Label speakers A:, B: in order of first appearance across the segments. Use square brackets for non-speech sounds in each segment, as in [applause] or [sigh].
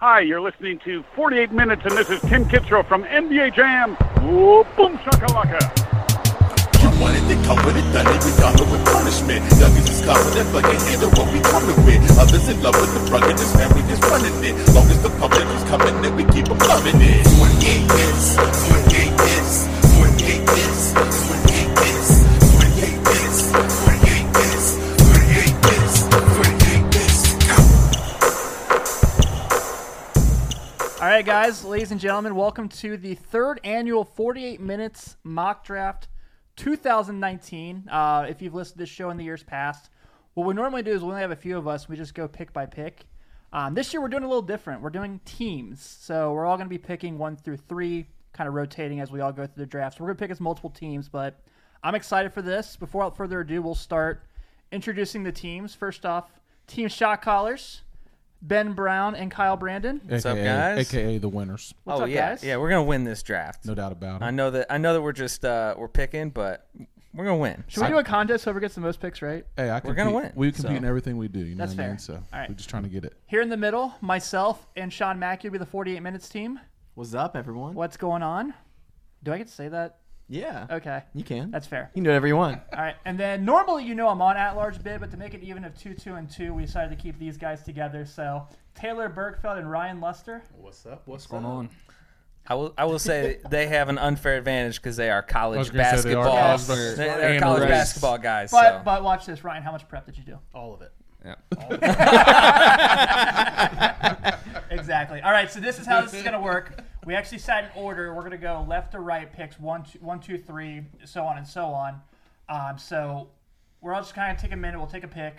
A: Hi, you're listening to 48 Minutes, and this is Tim Kitzrow from NBA Jam. Whoa, boom shakalaka.
B: You wanted to come with it, done it, we got it with punishment. Youngins is stuck with that fucking end of what we coming with. Others in love with the rugged, this family just running it. Long as the public is coming, then we keep them coming in. 28 is, 28 is, 28 is, 28 is, 28 is, 28 is, 28 is, 28 is.
C: All right, guys, ladies and gentlemen, welcome to the third annual 48 Minutes Mock Draft 2019. Uh, if you've listened to this show in the years past, what we normally do is we only have a few of us. We just go pick by pick. Um, this year, we're doing a little different. We're doing teams. So we're all going to be picking one through three, kind of rotating as we all go through the drafts. We're going to pick as multiple teams, but I'm excited for this. Before without further ado, we'll start introducing the teams. First off, Team Shot Callers. Ben Brown and Kyle Brandon.
D: What's up,
E: AKA,
D: guys?
E: AKA the winners,
C: What's
D: oh
C: up,
D: yeah,
C: guys?
D: yeah, we're gonna win this draft.
E: no doubt about
D: I
E: it.
D: know that. I know that we're just uh, we're picking, but we're gonna win.
C: Should we do a contest? Whoever gets the most picks, right?
E: Hey, I
D: We're gonna
E: compete-
D: win,
E: We compete
D: so.
E: in everything we do. You know
C: That's
E: what I mean?
C: fair.
E: So
C: All right.
E: we're just trying to get it.
C: Here in the middle, myself and Sean Mackey will be the 48 minutes team.
F: What's up, everyone?
C: What's going on? Do I get to say that?
F: Yeah.
C: Okay,
F: Uh, You can.
C: that's fair.
F: you can do whatever you want.
C: All right, and then normally you know I'm on at large bid, but to make it even of two, two, and two, we decided to keep these guys together. So Taylor Bergfeld and Ryan Luster.
D: I will. I will say [laughs] that they have an unfair advantage because they are college
E: gonna say they are
D: basketball.
E: college
D: They're-
E: basketball
D: they're
E: and
D: college
E: race.
D: basketball guys.
C: But
D: so.
C: but watch this, Ryan. How much prep did you do? Exactly. All right, so this is how this is going to work. We actually set an order. We're going to go left to right, picks one, two, one, two, three, so on and so on. Um, so we're all just kind of take a minute. We'll take a pick,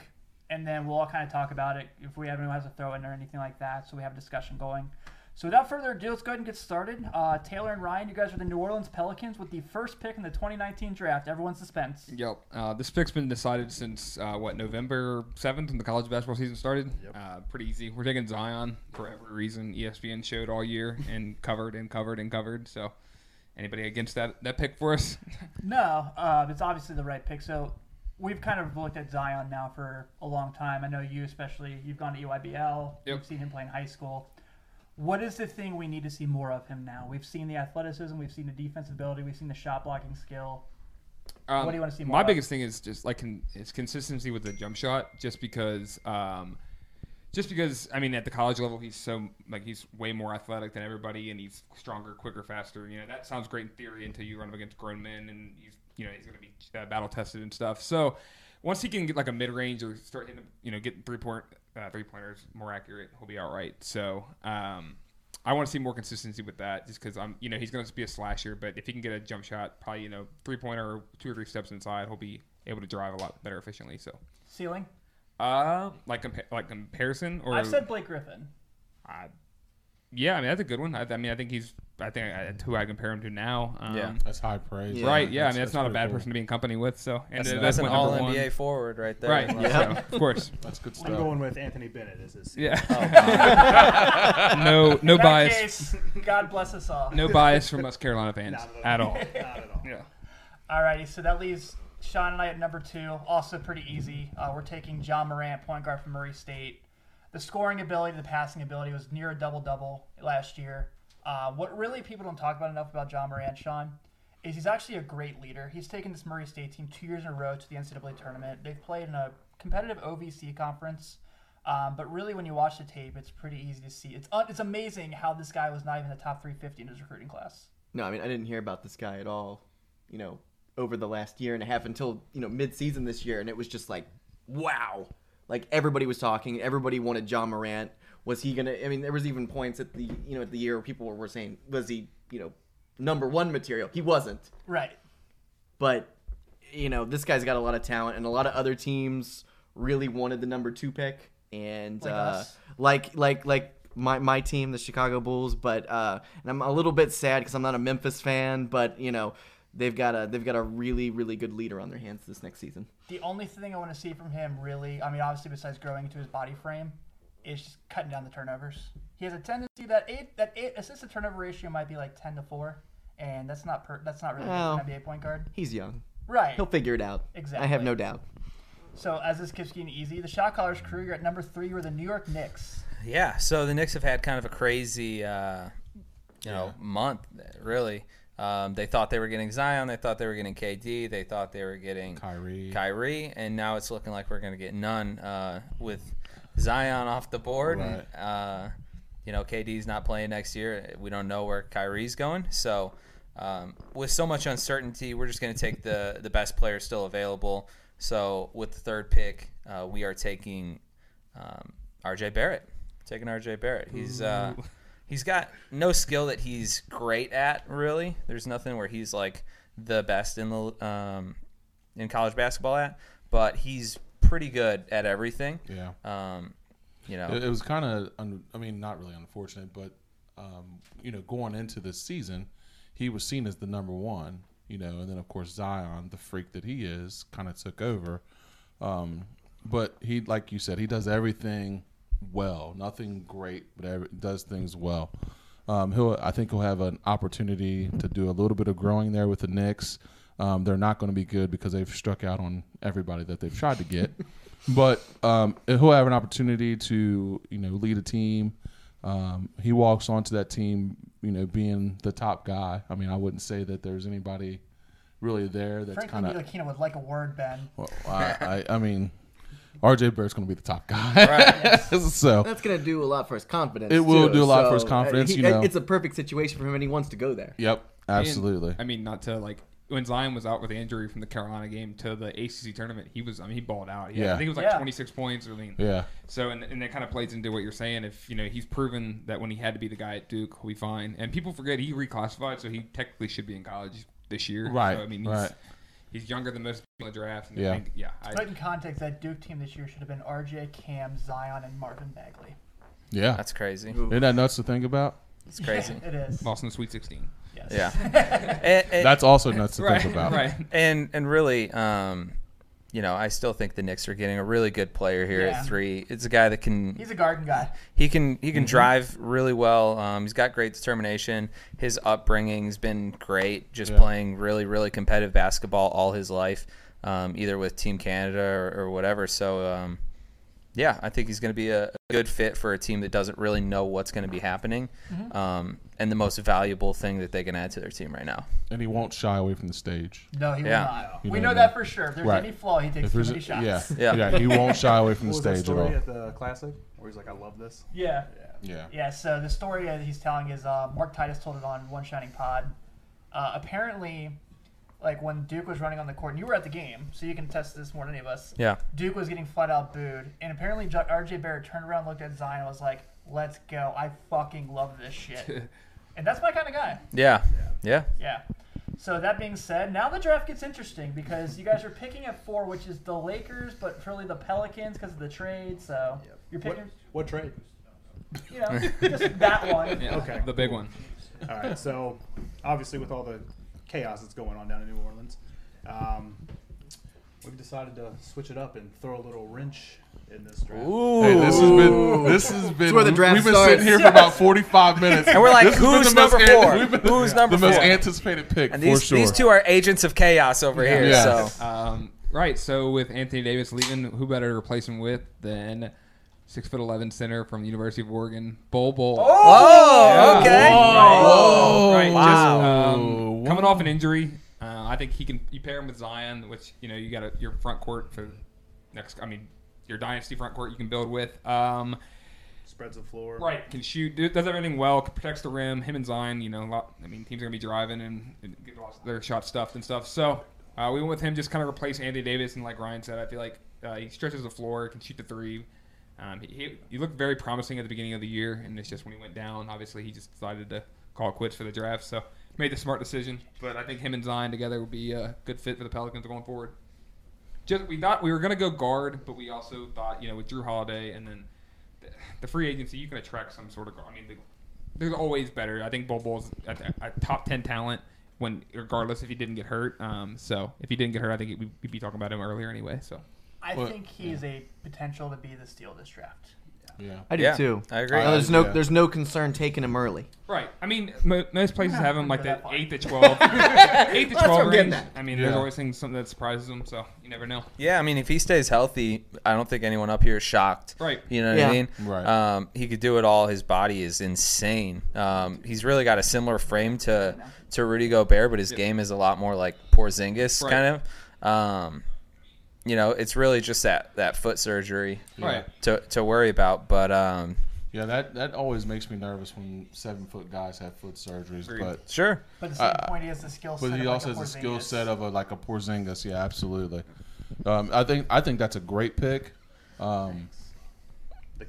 C: and then we'll all kind of talk about it if we have anyone has to throw in or anything like that. So we have a discussion going. So without further ado, let's go ahead and get started. Uh, Taylor and Ryan, you guys are the New Orleans Pelicans with the first pick in the 2019 draft. Everyone suspense.
G: Yep. Uh, this pick's been decided since uh, what November seventh when the college basketball season started. Uh, pretty easy. We're taking Zion for every reason E ESPN showed all year and covered and covered and covered. So, anybody against that that pick
C: [laughs]
G: for us?
C: No, uh, it's obviously the right pick. So we've kind of looked at Zion now for a long time. I know you, especially, you've gone to E EYBL. You've seen him play in high school. What is the thing we need to see more of him now? We've seen the athleticism, we've seen the defensive ability, we've seen the shot blocking skill.
G: Um,
C: What do you wanna see more
G: My
C: of?
G: biggest thing is just like con- it's consistency with the jump shot, just because. Um, just because I mean, at the college level, he's so like he's way more athletic than everybody, and he's stronger, quicker, faster. You know that sounds great in theory until you run up against grown men, and he's you know he's going to be uh, battle tested and stuff. So once he can get like a mid range or start hitting you know getting three point uh, three pointers more accurate, he'll be all right. So um, I want to see more consistency with that, just because I'm you know he's going to be a slasher, but if he can get a jump shot, probably you know three pointer or two or three steps inside, he'll be able to drive a lot better efficiently. So.
C: Ceiling?
G: Uh, like compa- like comparison, or
C: I've said Blake Griffin.
G: I, yeah, I mean that's a good one. I, I mean I think he's I think I, that's who I compare him to now. Um,
D: Yeah.
E: That's high praise.
G: Right. Yeah. I mean that's, not a
E: pretty
G: bad
E: cool.
G: person to be in company with. So and
D: that's,
G: uh,
D: that's an
G: what
D: All
G: number
D: NBA
G: one-
D: forward right there.
G: Right. so, of course.
E: That's good
H: I'm
E: stuff.
H: going with Anthony Bennett as his.
G: Yeah. [laughs] no no
C: In that
G: bias.
C: case, God bless us all.
G: No bias from us Carolina fans at all.
H: Not at all.
G: Yeah.
C: Alrighty, so that leaves Sean and I at number two. Also pretty easy. Uh, we're taking John Morant, point guard from Murray State. The scoring ability, the passing ability was near a double double last year. Uh, what really people don't talk about enough about John Morant, Sean, is he's actually a great leader. He's taken this Murray State team two years in a row to the NCAA tournament. They've played in a competitive OVC conference. Um, but really, when you watch the tape, it's pretty easy to see. It's uh, it's amazing how this guy was not even in the top 350 in his recruiting class.
F: No, I mean I didn't hear about this guy at all. You know, over the last year and a half until you know mid-season this year, and it was just like, wow! Like everybody was talking. Everybody wanted John Morant. Was he gonna? I mean, there was even points at the you know at the year where people were saying, was he you know number one material? He wasn't.
C: Right.
F: but you know this guy's got a lot of talent and a lot of other teams really wanted the number two pick and like uh,
C: us.
F: like like like my, my team the chicago bulls but uh, and i'm a little bit sad because i'm not a memphis fan but you know they've got a they've got a really really good leader on their hands this next season
C: The only thing I want to see from him, really, I mean, obviously, besides growing into his body frame, is just cutting down the turnovers. He has a tendency that eight that eight assist to turnover ratio might be like ten to four, and that's not per, that's not really good for
F: Well.
C: an NBA point guard,
F: he's young
C: right?
F: he'll figure it out i have
C: Exactly.
F: no doubt
C: So as this keeps getting easy, the shot callers crew, you're at number three. You're the New York Knicks.
D: Yeah, so the Knicks have had kind of a crazy, uh, you know, month really. Um, they thought they were getting Zion, they thought they were getting KD, they thought they were getting
E: Kyrie.
D: Kyrie, and now it's looking like we're going to get none uh, with Zion off the board. and,
E: Right.
D: uh, you know, KD's not playing next year. We don't know where Kyrie's going. So, um, with so much uncertainty, we're just going to take the the best player still available. So, with the third pick, uh, we are taking um, RJ Barrett. Taking RJ Barrett. He's uh, he's got no skill that he's great at. Really, there's nothing where he's like the best in the um, in college basketball at, but he's pretty good at everything.
E: Yeah.
D: Um, you know,
E: It, it was kind of, un- I mean, not really unfortunate, but um, you know, going into this season, he was seen as the number one. You know, and then of course Zion, the freak that he is, kind of took over. Um, but he, like you said, he does everything well. Nothing great, but every, does things well. Um, he'll, I think he'll have an opportunity to do a little bit of growing there with the Knicks. Um, they're not going to be good because they've struck out on everybody that they've tried
C: [laughs]
E: to get. but um, he'll have an opportunity to, you know, lead a team. Um, he walks onto that team, you know, being the top guy. I mean, I wouldn't say that there's anybody really there that's
C: Frankly,
E: kind of
C: Ntilikina would like a word, Ben.
E: well, I, I, I mean, RJ Barrett's going to be the top guy. [laughs] so,
F: That's gonna do a lot for his confidence.
E: It will
F: too,
E: do a lot
F: so,
E: for his
F: uh,
E: confidence,
F: he-
E: you know.
F: it's a perfect situation for him, and he wants to go there.
E: yep, absolutely.
G: I mean, not to like when Zion was out with the injury from the Carolina game to the ACC tournament, he was. I mean, he balled out. He had-
E: Yeah.
G: I think it was like
C: Yeah.
G: 26 points. Or, I mean,
E: Yeah.
G: So and, and that kind of plays into what you're saying. If you know he's proven that when he had to be the guy at Duke, he'll be fine. And people forget he reclassified, so he technically should be in college this year.
E: Right,
G: So, I mean, he's,
E: right.
G: he's younger than most people in the draft. And
E: Yeah.
G: I think, yeah.
C: Put
G: I,
C: in context, that Duke team this year should have been RJ, Cam, Zion, and Marvin Bagley.
E: yeah.
D: that's crazy.
E: Isn't that nuts to think about?
C: [laughs]
D: It's crazy.
C: it is.
G: lost in the Sweet 16.
C: yes.
D: Yeah. And- and-
E: That's also nuts to
G: Right.
E: think about.
G: Right.
D: [laughs] and and really, um, you know, I still think the Knicks are getting a really good player here
C: Yeah.
D: at three. It's a guy that can
C: [laughs] He's a garden guy.
D: he can he can
E: Mm-hmm.
D: drive really well. Um, he's got great determination. His upbringing's been great, just playing really really competitive basketball all his life, um, either with Team Canada or, or whatever. So. Um, yeah, I think he's going to be a, a good fit for a team that doesn't really know what's going to be happening,
E: Mm-hmm.
D: um, and the most valuable thing that they can add to their team right now.
E: And he won't shy away from the stage.
C: No, he
D: Yeah.
C: will not.
E: You
C: we
E: know
C: know
E: what I
C: that for
E: mean.
C: sure. If there's
E: Right.
C: any flaw, he takes
E: If
C: too
E: there's
C: many
E: a,
C: shots.
E: yeah,
D: Yeah.
E: yeah, he won't shy away from the
H: What was that
E: stage at
H: story
E: all.
H: at the classic where he's like, "I love this."
C: Yeah.
E: Yeah,
C: Yeah, so the story that he's telling is uh, Mark Titus told it on One Shining Pod. Uh, apparently, like when Duke was running on the court, and you were at the game, so you can test this more than any of us.
D: Yeah.
C: Duke was getting flat out booed, and apparently J- RJ Barrett turned around, looked at Zion, and was like, "Let's go! I fucking love this shit." and that's my kind of guy.
D: Yeah, yeah.
C: Yeah. So that being said, now the draft gets interesting because you guys are picking at four, which is the Lakers, but really the Pelicans because of the trade. So you're
H: What,
C: picking,
H: what trade?
C: you know, just that
E: [laughs]
C: one.
G: Yeah,
H: Okay.
G: The big one.
H: All right. So, obviously, with all the chaos that's going on down in New Orleans, um, we've decided to switch it up and throw a little wrench in this draft.
E: Hey, this has been this has been
F: where the draft
E: we've been
F: starts.
E: sitting here for about forty
D: [laughs]
E: five minutes,
D: And we're like,
E: This has been
D: who's
E: the most
D: number
E: an- [laughs]
D: four?
E: we've been-
D: Who's number
E: the most
D: four?
E: anticipated pick
D: And these
E: for sure?
D: these two are agents of chaos over here.
E: Yeah.
D: So
G: Um, right. So with Anthony Davis leaving, who better to replace him with than six foot eleven center from the University of Oregon, Bol Bol?
D: oh, okay.
E: Oh,
G: Right.
D: Wow.
G: Just, um, coming off an injury, uh, I think he can. You pair him with Zion, which you know you got a, your front court for next. I mean, your dynasty front court you can build with. Um,
H: Spreads the floor.
G: right. Can shoot. do- Does everything well. Protects the rim. Him and Zion. You know, a lot, I mean, teams are gonna be driving and, and get lots of their shot stuffed and stuff. So uh, we went with him, just kind of replace Anthony Davis. And like Ryan said, I feel like uh, he stretches the floor, can shoot the three. Um, he, he, he looked very promising at the beginning of the year, and it's just when he went down, obviously he just decided to call it quits for the draft. So made the smart decision. But I think him and Zion together would be a good fit for the Pelicans going forward. Just we thought we were gonna go guard, but we also thought you know with Drew Holiday and then the, the free agency, you can attract some sort of. guard. I mean, the, there's always better. I think Bull Bull's a, a top ten talent when regardless if he didn't get hurt. Um, so if he didn't get hurt, I think we'd, we'd be talking about him earlier anyway. So
C: I think he's a potential to be the steal this draft.
E: Yeah.
F: I do
D: Yeah,
F: too.
D: I agree.
F: And there's no
E: Yeah.
F: there's no concern taking him early.
G: Right. I mean, mo- most places have them like that eight to twelve, eight to twelve
F: I'm getting
G: range.
F: at.
G: I mean, there's
E: Yeah.
G: always things something that surprises them, so you never know.
D: Yeah, I mean, if he stays healthy, I don't think anyone up here is shocked.
G: Right.
D: You know what
F: Yeah.
D: I mean?
E: Right.
D: Um, he could do it all. His body is insane. Um, he's really got a similar frame to to Rudy Gobert, but his game is a lot more like Porzingis
G: Right.
D: kind of. Um, you know, it's really just that that foot surgery
G: Right.
D: to to worry about. But um,
E: Yeah, that, that always makes me nervous when seven foot guys have foot surgeries.
G: Agreed.
E: But
D: sure,
C: But the same point, he has the skill set.
E: Uh, But
C: of,
E: he
C: like,
E: also
C: a
E: has a skill
C: Porzingis.
E: set of a like a Porzingis. Yeah, absolutely. Um, I think I think that's a great pick. Um,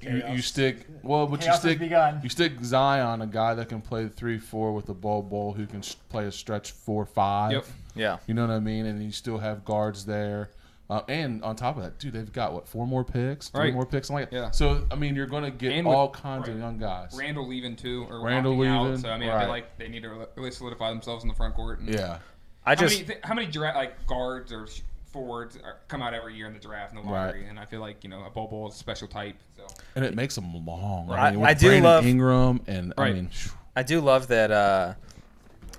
E: you, you stick well, but you
C: Chaos has
E: stick
C: begun.
E: you stick Zion, a guy that can play three four with the ball ball, who can s- play a stretch four five.
G: Yep.
D: yeah,
E: You know what I mean? And you still have guards there. Uh, and on top of that, dude, they've got what four more picks, three
G: Right.
E: more picks, something like that.
G: Yeah.
E: So I mean, you're going to get
G: And with-
E: all kinds of
G: right.
E: young guys.
G: Randall leaving too, or
E: Randall
G: opting out,
E: leaving,
G: So I mean, I
E: right.
G: feel like they need to re- really solidify themselves in the front court. And
E: yeah,
D: I
G: How
D: just
G: many th- how many dra- like guards or sh- forwards are, come out every year in the draft in the
E: Right.
G: lottery? And I feel like you know a Bol Bol is a special type. So
E: and it makes them long.
D: I-
E: I, mean, with
D: I do
E: Brandon
D: love-
E: Ingram, and I
G: Right.
E: mean,
D: I do love that. Uh,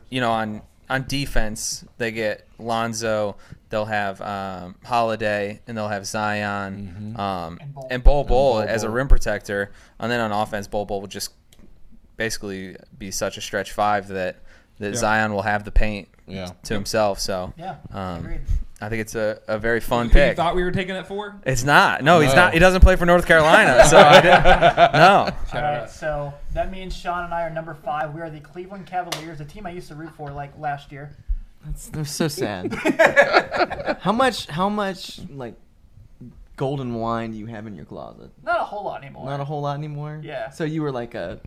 D: you know, on on defense, they get Lonzo. They'll have um, Holiday, and they'll have Zion, um,
C: And Bol.
D: and Bol Bol
E: Mm-hmm. Bol
D: as a
E: Bol.
D: rim protector. And then on offense, Bol Bol will just basically be such a stretch five that that Zion will have the paint
E: Yeah.
D: to himself. So
C: Yeah,
D: um,
C: agreed.
D: I think it's a, a very fun
G: you
D: pick.
G: thought we were taking that four?
D: It's not. No, he's
E: No.
D: not. He doesn't play for North Carolina.
E: [laughs]
D: So I didn't- no.
C: All right, so that means Sean and I are number five. We are the Cleveland Cavaliers, a team I used to root for like last year.
F: That's they're
C: [laughs]
F: so sad. how much how much like golden wine do you have in your closet?
C: Not a whole lot anymore.
F: Not a whole lot anymore.
C: Yeah.
F: So you were like a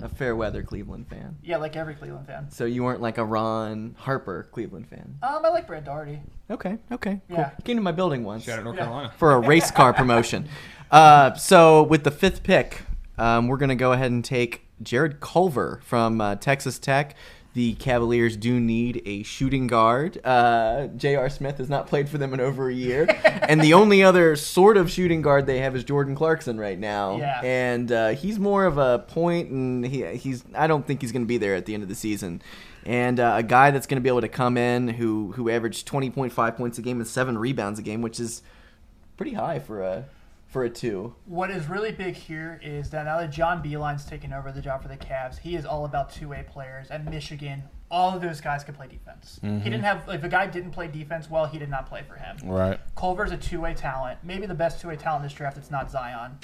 F: a fair weather Cleveland fan.
C: yeah, like every Cleveland fan.
F: So you weren't like a Ron Harper Cleveland fan.
C: Um, I like Brad Daugherty.
F: Okay, okay, cool.
C: Yeah.
F: Came to my building once.
G: Shout out North
C: Yeah.
G: Carolina.
F: for a race car promotion. Uh, so with the fifth pick, um, we're gonna go ahead and take Jared Culver from uh, Texas Tech. The Cavaliers do need a shooting guard. Uh, J.R. Smith has not played for them in over a year, and the only other sort of shooting guard they have is Jordan Clarkson right now.
C: Yeah.
F: and uh, he's more of a point, and he, he's I don't think he's going to be there at the end of the season. And uh, a guy that's going to be able to come in who who averaged twenty point five points a game and seven rebounds a game, which is pretty high for a for a two.
C: What is really big here is that now that John Beeline's taken over the job for the Cavs, he is all about two-way players. At Michigan, all of those guys could play defense. He didn't have like, if a guy didn't play defense well, he did not play for him.
E: right.
C: Culver's a two-way talent, maybe the best two-way talent in this draft. It's not Zion.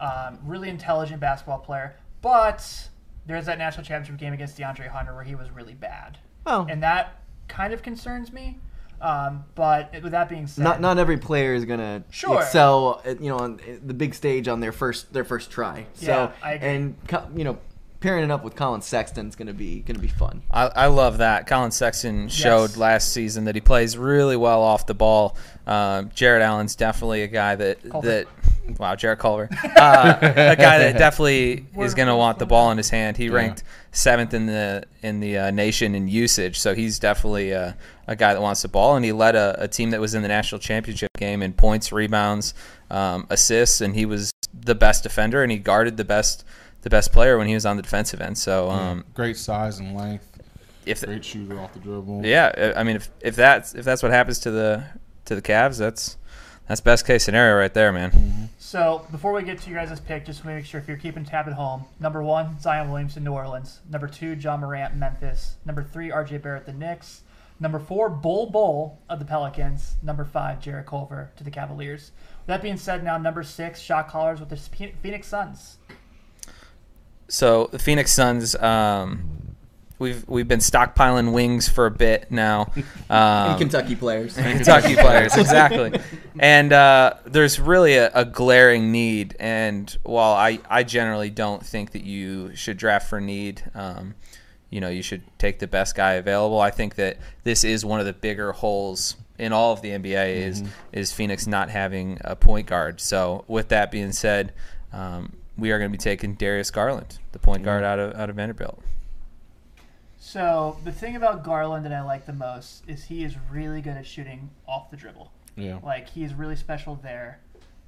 C: Um, really intelligent basketball player, but there's that national championship game against DeAndre Hunter where he was really bad,
F: Oh,
C: and that kind of concerns me. Um, but with that being said,
F: not not every player is gonna
C: Sure.
F: excel, at, you know, on the big stage on their first their first try. So
C: Yeah, I agree.
F: and co- you know, pairing it up with Colin Sexton is gonna be gonna be fun.
D: I, I love that. Colin Sexton showed last season that he plays really well off the ball. Um, Jared Allen's definitely a guy that
C: Culver.
D: that wow, Jared Culver, uh, a guy that definitely is going to want the ball in his hand. He ranked seventh in the in the uh, nation in usage, so he's definitely a, a guy that wants the ball. And he led a, a team that was in the national championship game in points, rebounds, um, assists, and he was the best defender and he guarded the best the best player when he was on the defensive end. So um,
E: Great size and length.
D: if the,
E: Great shooter off the dribble.
D: yeah, I I mean, if, if that's if that's what happens to the to the Cavs, that's that's best case scenario right there, man.
C: So before we get to you guys' pick, just to make sure if you're keeping tab at home, number one, Zion Williamson, New Orleans. Number two, John Morant, Memphis. Number three, RJ Barrett, the Knicks. Number four, Bull Bull of the Pelicans. Number five, Jared Culver to the Cavaliers. With that being said, now number six, shot callers with the Phoen- Phoenix Suns.
D: So the Phoenix Suns, um, we've we've been stockpiling wings for a bit now. Um,
F: Kentucky [laughs]
D: [laughs]
F: players.
D: Kentucky players, exactly. And uh, there's really a, a glaring need. And while I, I generally don't think that you should draft for need, um, you know, you should take the best guy available. I think that this is one of the bigger holes in all of the NBA is is Phoenix not having a point guard. So with that being said, um, we are going to be taking Darius Garland, the point guard out of out of Vanderbilt.
C: So the thing about Garland that I like the most is he is really good at shooting off the dribble.
E: Yeah.
C: Like he is really special there.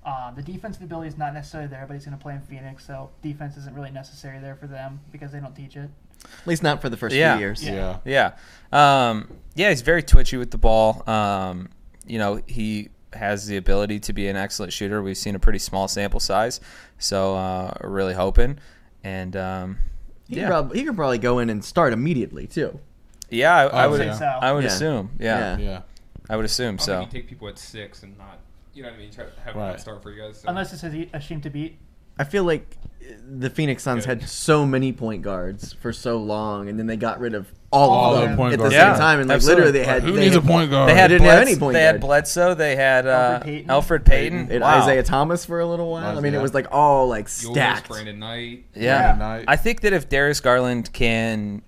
C: Uh, the defensive ability is not necessarily there, but he's going to play in Phoenix, so defense isn't really necessary there for them because they don't teach it.
F: At least not for the first
D: Yeah.
F: few years.
E: Yeah.
D: Yeah. Um, yeah, he's very twitchy with the ball. Um, you know, he has the ability to be an excellent shooter. We've seen a pretty small sample size, so uh, we're really hoping. And um,
F: He,
D: yeah,
F: Could prob- he could probably go in and start immediately too.
D: yeah, I, I
E: Oh,
D: would,
E: yeah.
C: So
D: I would
F: Yeah.
D: assume. Yeah,
F: Yeah.
E: Yeah.
D: I would assume
G: I don't
D: so.
G: think you Oh, take people at six and not, you know what I mean? Try to have
E: Right.
G: one star for you guys. So.
C: unless it's a, a shame to beat.
F: I feel like uh, the Phoenix Suns
G: Good.
F: had so many point guards for so long, and then they got rid of all,
H: All
F: of
H: the
F: them
E: point
F: at the
E: guards.
F: same
D: Yeah,
F: time, and like
D: absolutely.
F: literally they had
E: Who
F: they
E: needs
F: had,
E: a point guard?
D: They had,
F: didn't have
D: Bleds-
F: any point
D: they had
F: guard.
D: Bledsoe. They had uh,
C: Alfred Payton.
D: Alfred Payton.
F: and
D: Wow.
F: Isaiah Thomas for a little while. I mean,
E: Isaiah.
F: it was like all like
G: Yours,
F: stacked.
G: Brandon Knight.
D: Yeah.
E: Knight.
D: I think that if Darius Garland can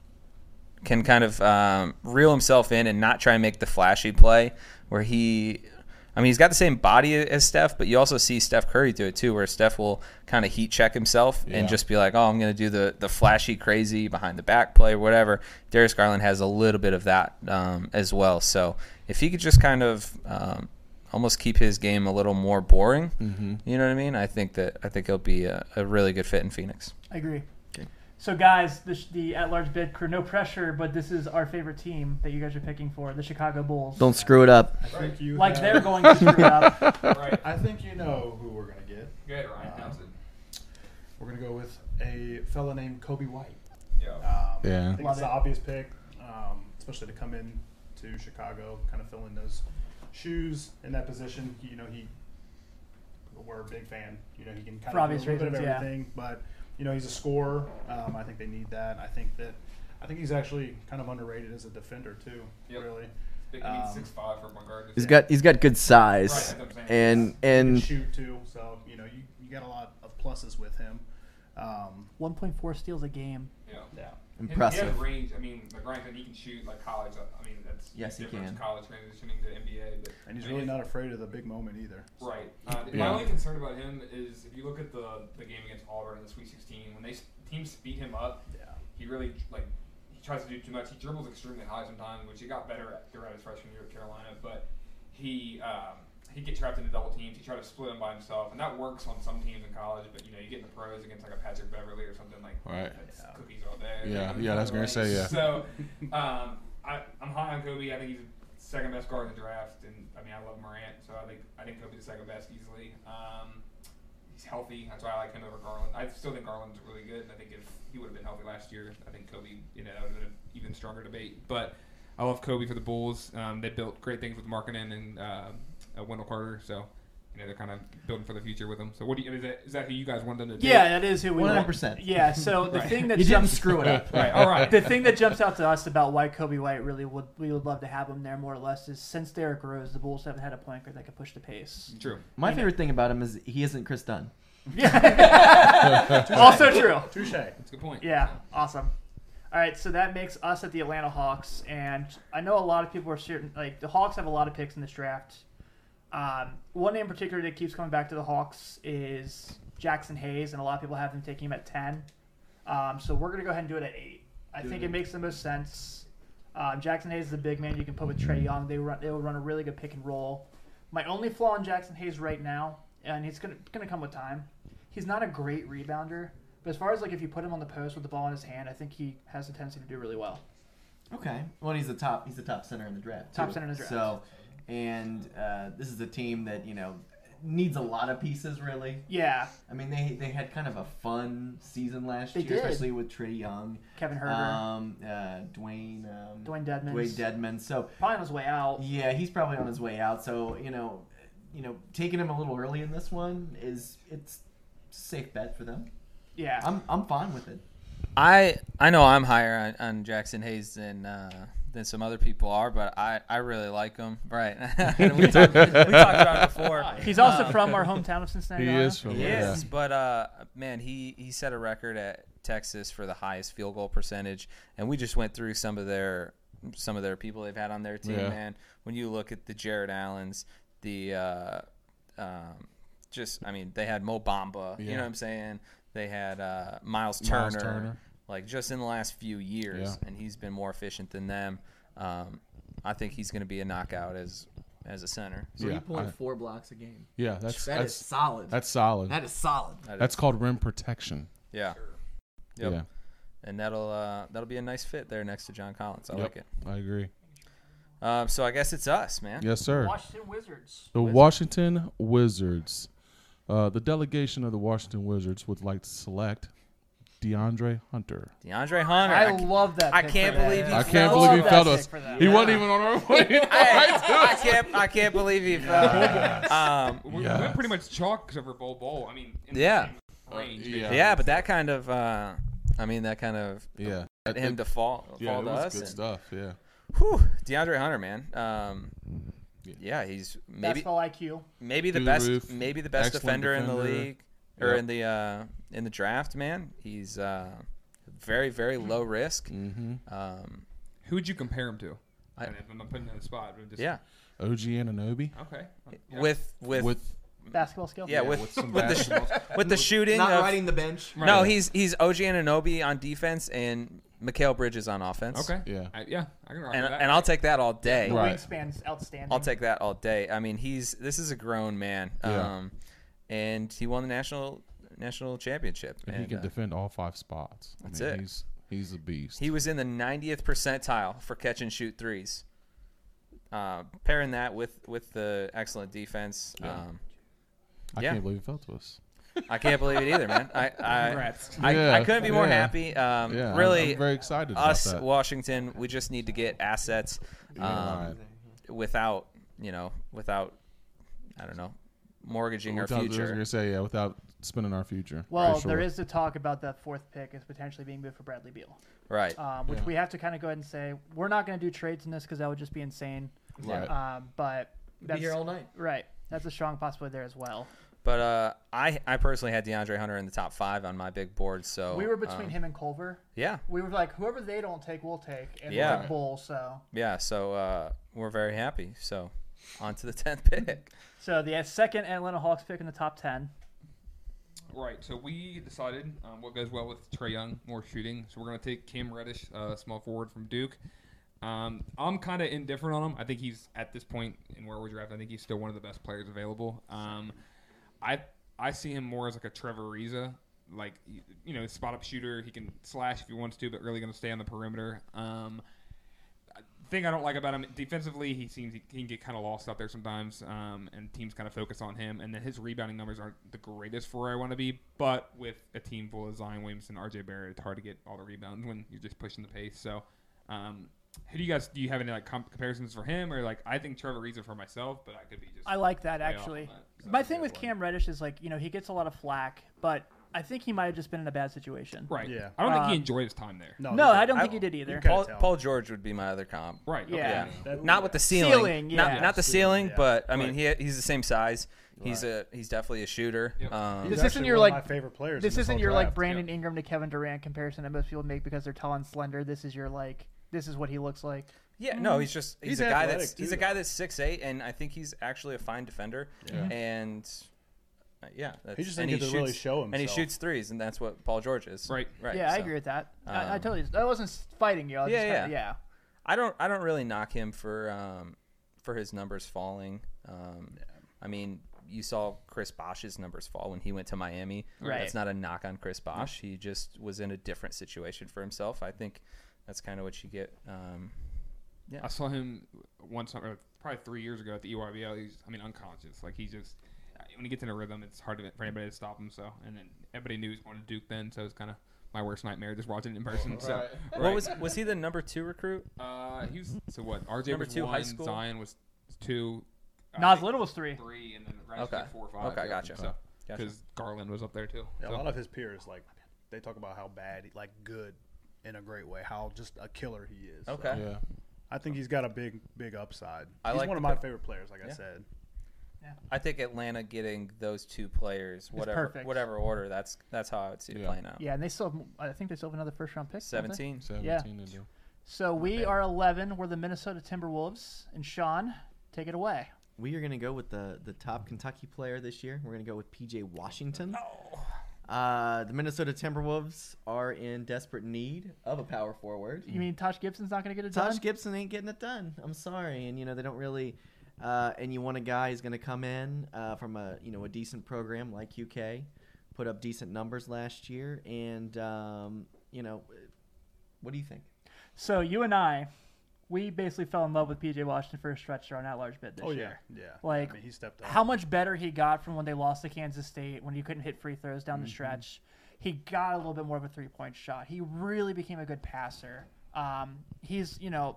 D: can kind of um, reel himself in and not try and make the flashy play where he I mean he's got the same body as Steph, but you also see Steph Curry do it too, where Steph will kind of heat check himself
E: Yeah.
D: and just be like, Oh, I'm gonna do the the flashy, crazy behind the back play or whatever. Darius Garland has a little bit of that um, as well. So if he could just kind of um, almost keep his game a little more boring, you know what I mean? I think that I think he'll be a, a really good fit in Phoenix.
C: I agree. So, guys, the, the at large bid crew, no pressure, but this is our favorite team that you guys are picking for the Chicago Bulls.
F: Don't screw it up.
H: I think you
C: like
H: have-
C: they're going to screw
H: [laughs]
C: it up.
G: Right.
H: I think you know who we're gonna get.
G: Go ahead, Ryan. Announce it.
H: Um, We're gonna go with a fella named Kobe White.
G: Yeah.
H: Um,
E: Yeah.
H: I think
C: Love
H: it's
C: it.
H: an obvious pick, um, especially to come in to Chicago, kind of fill in those shoes in that position. You know, he we're a big fan. You know, he can kind
C: For
H: of
C: obvious
H: do a little bit
C: reasons,
H: of
C: yeah.
H: everything. But you know, he's a scorer. Um, I think they need that. I think that I think he's actually kind of underrated as a defender too.
G: Yep.
H: Really,
G: Big
H: Um,
G: six five for one guard.
F: He's got he's got good size,
G: Right, that's what I'm saying.
F: and
H: He can
F: and
H: shoot too. So you know, you, you got a lot of pluses with him. Um,
C: 1.4 steals a game.
G: Yeah.
H: yeah.
G: He has
F: impressive.
G: range. I mean, like Ryan said, he can shoot like college. uh, I mean, that's
F: Yes, he
G: different
F: can.
G: to College transitioning to NBA, but
H: And he's
G: I mean,
H: really not afraid of the big moment either.
G: Right. Uh, th-
E: Yeah.
G: My only concern about him is if you look at the, the game against Auburn in the Sweet 16, when they s- teams speed him up,
H: Yeah.
G: he really like he tries to do too much. He dribbles extremely high sometimes, which he got better at throughout his freshman year at Carolina. But he um, he get trapped into double teams. He tried to split them by himself, and that works on some teams in college. But you know, you get in the pros against like a Patrick Beverly or something like
E: Right.
G: that's cookies all day.
E: Yeah,
G: Like,
E: yeah, that's what I was gonna say, yeah.
G: So um, I, I'm high on Kobe. I think he's the second best guard in the draft, and I mean I love Morant, so I think I think Kobe's the second best easily. Um, he's healthy. That's why I like him over Garland. I still think Garland's really good. and I think if he would have been healthy last year, I think Kobe, you know, that would have been an even stronger debate. But I love Kobe for the Bulls. Um, they built great things with Markkinen and uh, uh, Wendell Carter, so you know they're kind of building for the future with them. So what do you is that, is that who you guys want them to do?
C: Yeah, that is who we want.
F: 100%.
C: Yeah, so
F: [laughs]
C: the thing that
F: You didn't
C: jumps
F: screw it up.
G: Right. All
C: [laughs]
G: right.
C: the thing that jumps out to us about why Kobe White really would we would love to have him there more or less is since Derrick Rose, the Bulls haven't had a point guard that could push the pace.
G: True.
F: My favorite thing about him is he isn't Chris Dunn.
C: also true.
H: Touche.
G: That's a good point.
C: Yeah, awesome. All right, so that makes us at the Atlanta Hawks, and I know a lot of people are certain. Like the Hawks have a lot of picks in this draft. Um, one in particular that keeps coming back to the Hawks is Jackson Hayes, and a lot of people have them taking him at ten. Um, so we're gonna go ahead and do it at eight. I think it makes the most sense. Um, Jackson Hayes is a big man you can put with Trey Young. They run, they will run a really good pick and roll. My only flaw in Jackson Hayes right now, and it's gonna gonna come with time. He's not a great rebounder, but as far as like if you put him on the post with the ball in his hand, I think he has the tendency to do really well.
F: Okay. Well, he's the top. He's the top center in the draft.
C: Top
F: too.
C: center in the draft.
F: So, and uh, this is a team that you know needs a lot of pieces. Really,
C: Yeah,
F: I mean they they had kind of a fun season last
C: They
F: year,
C: did.
F: especially with Trey Young,
C: Kevin Herter,
F: um, uh, Dwayne, um,
C: Dwayne Dedmon,
F: Dwayne Dedman. So
C: probably on his way out.
F: yeah, he's probably on his way out. So you know, you know, taking him a little early in this one is it's a safe bet for them.
C: Yeah,
F: I'm I'm fine with it.
D: I I know I'm higher on, on Jackson Hayes than uh, than some other people are, but I, I really like him. Right, [laughs] we, talked, we talked about it before.
C: he's also
D: Um,
C: from our hometown of Cincinnati.
E: He
C: Ohio.
E: is from
D: He
E: yeah.
D: is, but uh, man, he he set a record at Texas for the highest field goal percentage, and we just went through some of their some of their people they've had on their team.
E: Yeah.
D: Man, when you look at the Jared Allens, the uh, um, just I mean, they had Mo Bamba. You
E: Yeah.
D: know what I'm saying? They had uh, Miles Turner.
E: Miles Turner.
D: Like just in the last few years,
E: Yeah.
D: and he's been more efficient than them. Um, I think he's going to be a knockout as as a center.
E: Yeah,
F: Three point four blocks a game.
E: yeah, that's
F: That is
E: that's
F: solid.
E: that's solid.
F: that is solid.
E: That's called rim protection.
D: Yeah. Yep.
E: Yeah,
D: And that'll uh, that'll be a nice fit there next to John Collins. I
E: Yep,
D: like it.
E: I agree.
D: Um, so I guess it's us, man.
E: Yes, sir.
C: Washington Wizards.
E: The Washington Wizards. Uh, the delegation of the Washington Wizards would like to select DeAndre Hunter.
D: DeAndre Hunter.
C: I
D: I c-
C: love that.
D: I
C: pick
D: can't
C: for that.
D: believe he
E: I
D: fell
E: can't [laughs]
D: to
E: believe he
D: that
E: failed
C: pick
E: us.
C: for that.
E: He wasn't even on our [laughs] way.
D: I, I can't. I can't believe he fell. Um,
G: We we went pretty much chalk over bowl bowl. I mean, in the
D: Yeah.
G: same range.
E: yeah.
D: yeah, but that kind of. Uh, I mean, that kind of
E: yeah.
D: led him to fall.
E: yeah,
D: fall
E: it
D: to
E: was
D: us
E: good
D: and-
E: stuff. Yeah.
D: Whew, DeAndre Hunter, man. Um, yeah, he's maybe
C: Basketball IQ.
D: maybe the
E: Through the
D: best
E: roof.
D: maybe the best
E: Excellent
D: defender, in the
E: defender.
D: league or
E: Yep.
D: in the uh, in the draft, man. He's uh, very very low risk.
E: Mm-hmm.
D: Um,
G: Who would you compare him to?
D: I-
G: I, I'm not putting him in the spot. but Just,
D: yeah.
E: OG Ananobi
G: Okay. Yeah.
D: with with
E: with
C: Basketball skill.
D: yeah, [laughs] with
E: with
D: with,
E: some
D: the sh- with the shooting.
F: Not
D: of-
F: riding the bench.
D: no,
G: Right.
D: he's he's OG Ananobi on defense and Mikhail Bridges on offense.
G: Okay.
E: Yeah.
G: I, yeah. I can rock
D: and
G: with that.
D: and I'll take that all day.
C: The
E: Right.
C: wingspan's outstanding.
D: I'll take that all day. I mean, he's this is a grown man,
E: Yeah.
D: um, and he won the national national championship.
E: and, he
D: and,
E: can
D: uh,
E: defend all five spots. I
D: that's
E: mean,
D: it.
E: He's he's a beast.
D: He was in the 90th percentile for catch and shoot threes. Uh, pairing that with with the excellent defense, um,
E: I
D: yeah.
E: can't believe he fell to us.
D: I can't believe it either, man. I I,
G: Congrats.
D: I, I
E: Yeah,
D: couldn't be more
E: yeah.
D: happy. Um,
E: Yeah, I'm-
D: really,
E: I'm very excited about
D: us
E: that.
D: Washington, we just need to get assets um,
E: Right.
D: without you know without I don't know mortgaging our
E: Without- I was
D: future.
E: gonna say yeah, without spending our future. for
C: Well,
E: sure.
C: there is the talk about that fourth pick as potentially being good for Bradley Beal,
D: Right.
C: um, which we have to kind of go ahead and say we're not going to do trades in this because that would just be insane.
E: Right.
C: Um, but
F: Be
C: that's
F: here all night.
C: right. That's a strong possibility there as well.
D: But uh, I I personally had DeAndre Hunter in the top five on my big board. So
C: we were between
D: um,
C: him and Culver.
D: Yeah,
C: We were like, whoever they don't take, we'll take, and
D: Yeah.
C: we're like bull. So,
D: yeah. So uh, we're very happy. So on to the [laughs] tenth pick.
C: so the second Atlanta Hawks pick in the top ten.
G: Right. So we decided um, what goes well with Trey Young, more shooting. So we're going to take Cam Reddish, uh, small forward from Duke. Um, I'm kind of indifferent on him. I think he's at this point in where we're drafting. I think he's still one of the best players available. Um, I I see him more as like a Trevor Ariza, like you- you know, spot up shooter. He can slash if he wants to, but really going to stay on the perimeter. Um, thing I don't like about him defensively, he seems he can get kind of lost out there sometimes, um, and teams kind of focus on him. And then his rebounding numbers aren't the greatest for where I want to be. But with a team full of Zion Williamson, RJ Barrett, it's hard to get all the rebounds when you're just pushing the pace. So, um, who do you guys do you have any like comp- comparisons for him or like I think Trevor Reza for myself, but I could be just
C: I like that
G: way off
C: actually.
G: on that. So
C: My
G: that's a
C: thing
G: good
C: with
G: one.
C: Cam Reddish is like, you know, he gets a lot of flack, but I think he might have just been in a bad situation.
G: right.
H: Yeah.
G: I don't think he
C: Um,
G: enjoyed his time there.
H: No,
C: No,
H: he's-
C: I don't
D: I-
C: think he did either.
H: Gotta
D: Paul,
H: tell.
D: Paul George would be my other comp.
G: Right. okay.
C: Yeah.
H: That-
D: Not with the ceiling,
C: Ceiling,
D: not
C: yeah.
D: not the ceiling,
H: yeah.
D: but I mean he, he's the same size. He's a he's definitely a shooter.
G: Yep.
D: Um,
C: This
H: He's
C: isn't
H: actually
C: your
H: one of
C: like
H: my favorite players.
C: this
H: in
C: isn't
H: whole
C: your like
H: draft.
C: Brandon Ingram to Kevin Durant comparison that most people make because they're tall and slender. This is your like this is what he mm-hmm. looks like.
D: Yeah, no, he's just he's,
H: He's
D: a guy
H: athletic,
D: that's he's
H: too,
D: a guy that's six eight, and I think he's actually a fine defender.
C: Mm-hmm.
D: And uh, yeah, that's,
H: He just
D: and
H: didn't get to really show
D: And he
H: himself.
D: shoots threes, and that's what Paul George is.
G: Right.
D: Right.
C: yeah, I
D: so. um,
C: agree with that. I, I totally I wasn't s- fighting you. I was
D: Yeah,
C: just kinda,
D: yeah.
C: yeah.
D: I don't I don't really knock him for um for his numbers falling. Um, I mean, you saw Chris Bosch's numbers fall when he went to Miami.
C: Right.
D: That's not a knock on Chris Bosch. He just was in a different situation for himself. I think that's kind of what you get. Um,
G: I saw him once, or probably three years ago at the E EYBL. He's, I mean, unconscious. Like he just, when he gets in a rhythm, it's hard to, for anybody to stop him. So, and then everybody knew he was going to Duke then, so it was kind of my worst nightmare just watching it in person. So,
D: What was was he the number two recruit?
G: uh, he was so what? RJ
D: Number
G: was
D: two,
G: one,
D: high school?
G: Zion was two, uh,
C: Nas Little was three.
G: three, and then Radish
D: Okay.
G: was four or five.
D: Okay, gotcha.
G: So,
D: Gotcha.
G: because Garland was up there too.
H: Yeah,
G: So-
H: a lot of his peers like they talk about how bad, like good, in a great way, how just a killer he is. So
D: Okay.
E: yeah.
H: I think he's got a big, big upside.
D: I
H: he's
D: like
H: one
D: the
H: of my
D: pick.
H: favorite players, like I said.
D: I think Atlanta getting those two players, whatever
C: perfect.
D: whatever order, that's that's how I would see it
E: Yeah.
D: playing out.
C: Yeah, and they still have, I think they still have another first round pick. don't they?
D: Seventeen.
C: Yeah.
E: 17 and
C: So we are eleven. We're the Minnesota Timberwolves, and Sean, take it away.
F: We are going to go with the, the top Kentucky player this year. We're going to go with PJ Washington. Uh, the Minnesota Timberwolves are in desperate need of a power forward.
H: Hmm.
C: You mean Tosh Gibson's not going to get it done?
F: Tosh Gibson ain't getting it done. I'm sorry, and you know they don't really. uh, and you want a guy who's going to come in uh, from a you know a decent program like UK, put up decent numbers last year, and um, you know, what do you think?
C: So you and I, we basically fell in love with PJ Washington for a stretch on that large bit this
H: Oh yeah,
C: year.
H: yeah.
C: Like
H: I mean, he stepped up.
C: how much better he got from when they lost to Kansas State when he couldn't hit free throws down the stretch. He got a little bit more of a three point shot. He really became a good passer. Um, he's you know,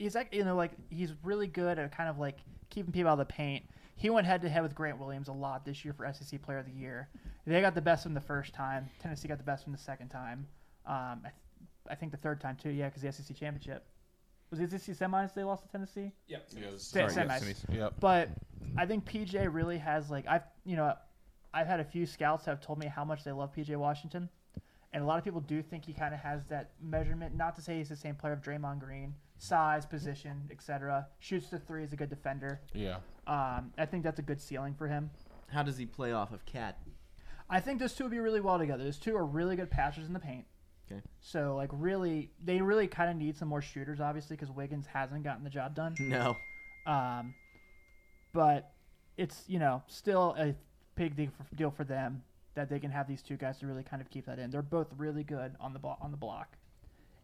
C: he's ac- you know like he's really good at kind of like keeping people out of the paint. He went head to head with Grant Williams a lot this year for SEC Player of the Year. They got the best one the first time. Tennessee got the best one the second time. Um, I, th- I think the third time too. Yeah, because the SEC championship was it the SEC semis they lost to Tennessee.
G: Yep.
C: Sorry,
G: Sorry,
C: semis.
G: yes,
E: Yep.
C: But I think PJ really has like I've you know I've had a few scouts have told me how much they love PJ Washington, and a lot of people do think he kind of has that measurement. Not to say he's the same player of Draymond Green, size, position, etc. Shoots the three, is a good defender.
E: Yeah.
C: Um, I think that's a good ceiling for him.
F: How does he play off of Cat?
C: I think those two would be really well together. Those two are really good passers in the paint.
F: Okay.
C: So like really, they really kind of need some more shooters, obviously, because Wiggins hasn't gotten the job done.
F: No,
C: Um, but it's you know still a big deal for, deal for them that they can have these two guys to really kind of keep that in. They're both really good on the blo- on the block,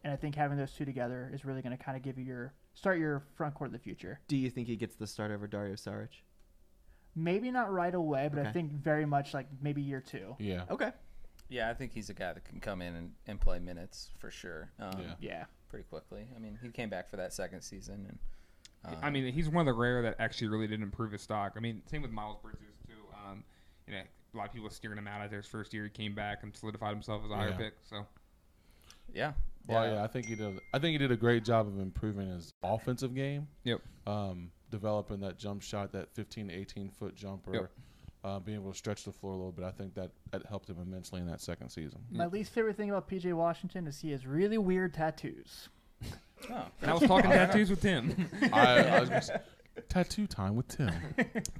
C: and I think having those two together is really going to kind of give you your start your front court of the future.
F: do you think he gets the start over Dario Saric?
C: Maybe not right away, but I
F: Okay.
C: think very much like maybe year two.
E: Yeah.
F: Okay,
D: Yeah, I think he's a guy that can come in and, and play minutes for sure. Um,
E: Yeah.
C: Yeah,
D: Pretty quickly. I mean, he came back for that second season, and
G: I mean, he's one of the rare that actually really did improve his stock. I mean, same with Miles Bridges too. Um, you know, a lot of people steering him out after his first year. He came back and solidified himself as a higher
E: Yeah.
G: pick. So
D: yeah.
E: Well, yeah, I think he did. I think he did a great job of improving his offensive game,
G: yep,
E: um, developing that jump shot, that 15 to 18 foot jumper,
G: Yep.
E: uh, being able to stretch the floor a little bit. I think that that helped him immensely in that second season.
C: my least favorite thing about PJ Washington is he has really weird tattoos.
D: Oh.
G: and I was
E: [laughs]
G: talking tattoos with Tim.
E: I, I was gonna say, tattoo time with Tim.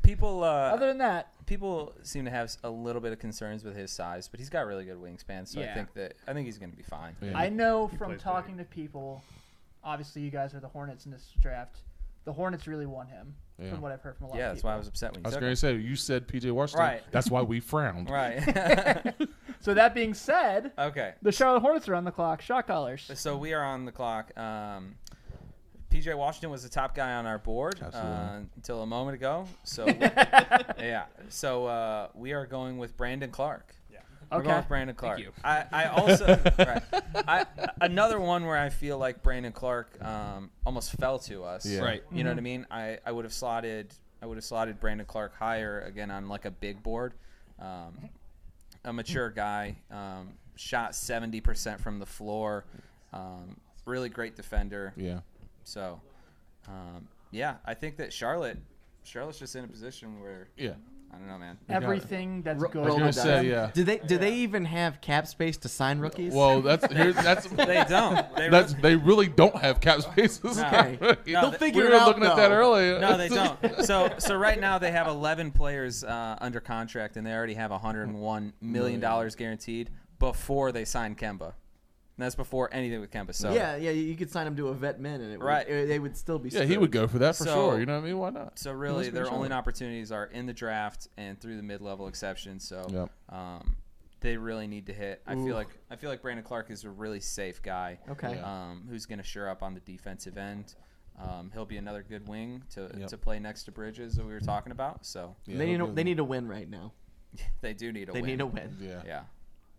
D: People uh,
C: Other than that,
D: people seem to have s- a little bit of concerns with his size, but he's got really good wingspan, so
C: Yeah.
D: I think that I think he's going to be fine.
E: Yeah.
C: I know from
H: plays
C: talking to people, obviously you guys are the Hornets in this draft. The Hornets really want him,
E: Yeah.
C: from what I've heard from a lot
D: Yeah,
C: of
D: that's
C: people.
D: why I was upset when you
E: I was
D: took
E: going to
D: him.
E: say you said PJ Washington.
D: Right.
E: That's why we frowned.
D: Right. [laughs]
C: So that being said,
D: okay.
C: the Charlotte Hornets are on the clock. Shot callers.
D: So we are on the clock. Um, PJ Washington was the top guy on our board uh,
E: Absolutely.
D: until a moment ago. So yeah, so uh, we are going with Brandon Clark. We're going
C: Okay.
D: with Brandon Clark.
G: you.
D: I, I also [laughs] right. I, another one where I feel like Brandon Clark um, almost fell to us.
E: Yeah.
G: Right.
D: You know
E: Mm-hmm.
D: what I mean? I, I would have slotted I would have slotted Brandon Clark higher again on like a big board. Um, a mature guy, um, shot seventy percent from the floor. Um, really great defender.
E: Yeah.
D: So, um, yeah, I think that Charlotte Charlotte's just in a position where
E: Yeah.
D: I don't know, man.
C: Everything that's good.
E: I was
F: Roll
E: going
F: the
E: to
F: dice.
E: say
F: [laughs]
E: yeah.
F: Do they do they even have cap space to sign rookies?
E: Well, that's here's, that's
D: They don't.
E: [laughs]
D: They
E: that's they really don't have cap spaces. [laughs]
D: Okay.
E: They'll
D: they-
E: figure
F: it
E: we were
F: out,
E: looking at that
F: though.
E: earlier.
D: No,
E: [laughs]
D: they don't. So, so right now they have 11 players uh, under contract, and they already have 101 million dollars guaranteed before they sign Kemba. And that's before anything with Kemba. So,
F: yeah, yeah, you could sign him to a vet min, and it
D: Right.
F: would, uh, they would still be.
E: Yeah, he
F: screwed.
E: would go for that for
D: So-
E: sure. You know what I mean? Why not?
D: so really,
E: Let's
D: their
E: make
D: only
E: sure.
D: opportunities are in the draft and through the mid-level exception. So,
E: Yep.
D: um, they really need to hit. I feel like I feel like Brandon Clark is a really safe guy.
F: Okay.
E: Yeah.
D: Um, who's going to shore up on the defensive end? Um, he'll be another good wing to,
E: Yep.
D: to play next to Bridges that we were talking about. So [laughs]
E: Yeah,
F: they
E: he'll
F: need a,
E: do
F: they
E: that.
F: need a win right now.
D: they do need a
F: They
D: win.
F: need a win.
E: Yeah.
D: Yeah.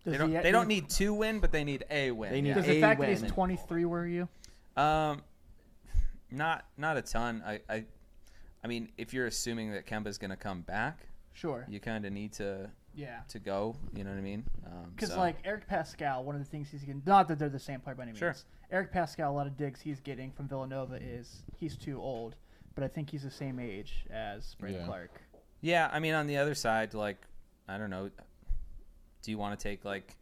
C: Does
D: They don't,
C: the-
D: they don't need to win, but they need a win.
F: They need
C: Does
D: yeah.
C: the
F: a
C: fact that he's
F: win.
C: 23 worry you?
D: um, not not a ton. I, I, I mean, if you're assuming that Kemba's going to come back,
C: Sure.
D: you kind of need to
C: Yeah.
D: to go. You know what I mean? Um,
C: Because
D: so-
C: like Eric Pascal, one of the things he's getting not that they're the same player by any means.
D: Sure.
C: Eric Pascal, a lot of digs he's getting from Villanova is he's too old, but I think he's the same age as Brandon
E: Yeah.
C: Clark.
D: yeah, I mean, on the other side, like, I don't know. Do you want to take like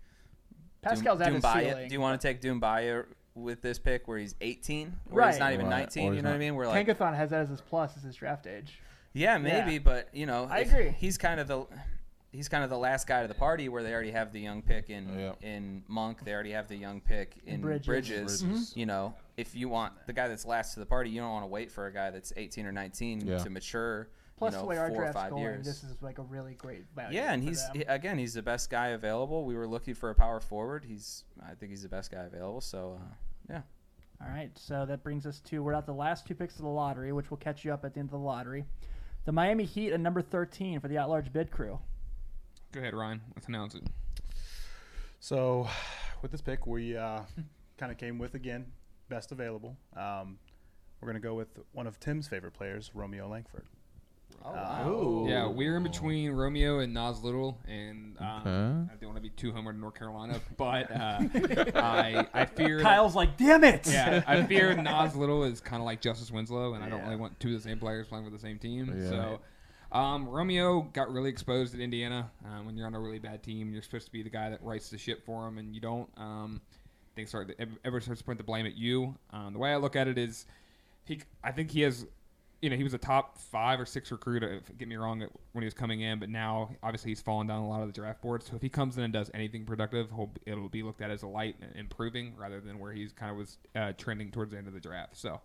C: Pascal's
D: Doom,
C: at his
D: Doumbia-
C: ceiling.
D: Do you want to take Doombaya with this pick where he's 18, where
C: Right.
D: he's not even
E: Right,
D: 19?
E: or
D: You
E: he's
D: know what
E: not-
D: I mean? We're like
C: Tankathon has that as his plus as his draft age.
D: Yeah, maybe,
C: Yeah.
D: but you know,
C: I
D: if-
C: agree.
D: He's kind of the. he's kind of the last guy to the party where they already have the young pick in
E: Yeah.
D: in Monk. They already have the young pick in
C: Bridges. Mm-hmm.
D: Bridges. You know, if you want the guy that's last to the party, you don't want to wait for a guy that's 18 or 19
E: Yeah.
D: to mature.
C: Plus,
D: you know,
C: the way our
D: four or
C: draft's
D: five
C: going,
D: years.
C: this is like a really great value.
D: yeah, and
C: for
D: he's
C: them.
D: he- again, he's the best guy available. We were looking for a power forward. He's, I think, he's the best guy available. So, uh, yeah.
C: All right, so that brings us to we're at the last two picks of the lottery, which will catch you up at the end of the lottery. The Miami Heat at number 13 for the at-large bid crew.
G: Go ahead, Ryan. Let's announce it.
H: So, with this pick, we uh, kind of came with again best available. Um, we're gonna go with one of Tim's favorite players, Romeo Langford.
D: Oh wow.
G: Yeah, we're in between Romeo and Nas Little, and um,
E: Okay.
G: I don't want to be too homer to North Carolina,
E: [laughs]
G: but uh, I, I fear that-
C: Kyle's like, damn it!
G: [laughs] yeah,
E: [laughs]
G: I fear Nas Little is kind of like Justice Winslow, and I don't
H: Yeah.
G: really want two of the same players playing for the same team.
E: Yeah.
G: So, um, Romeo got really exposed at Indiana. Um, when you're on a really bad team, you're supposed to be the guy that writes the ship for them, and you don't. Um, things start. ev- Everyone starts to point the blame at you. Um, the way I look at it is, he. I think he has. You know, he was a top five or six recruit. If, get me wrong, when he was coming in, but now obviously he's fallen down a lot of the draft boards. So if he comes in and does anything productive, he'll, it'll be looked at as a light and improving rather than where he's kind of was uh, trending towards the end of the draft. So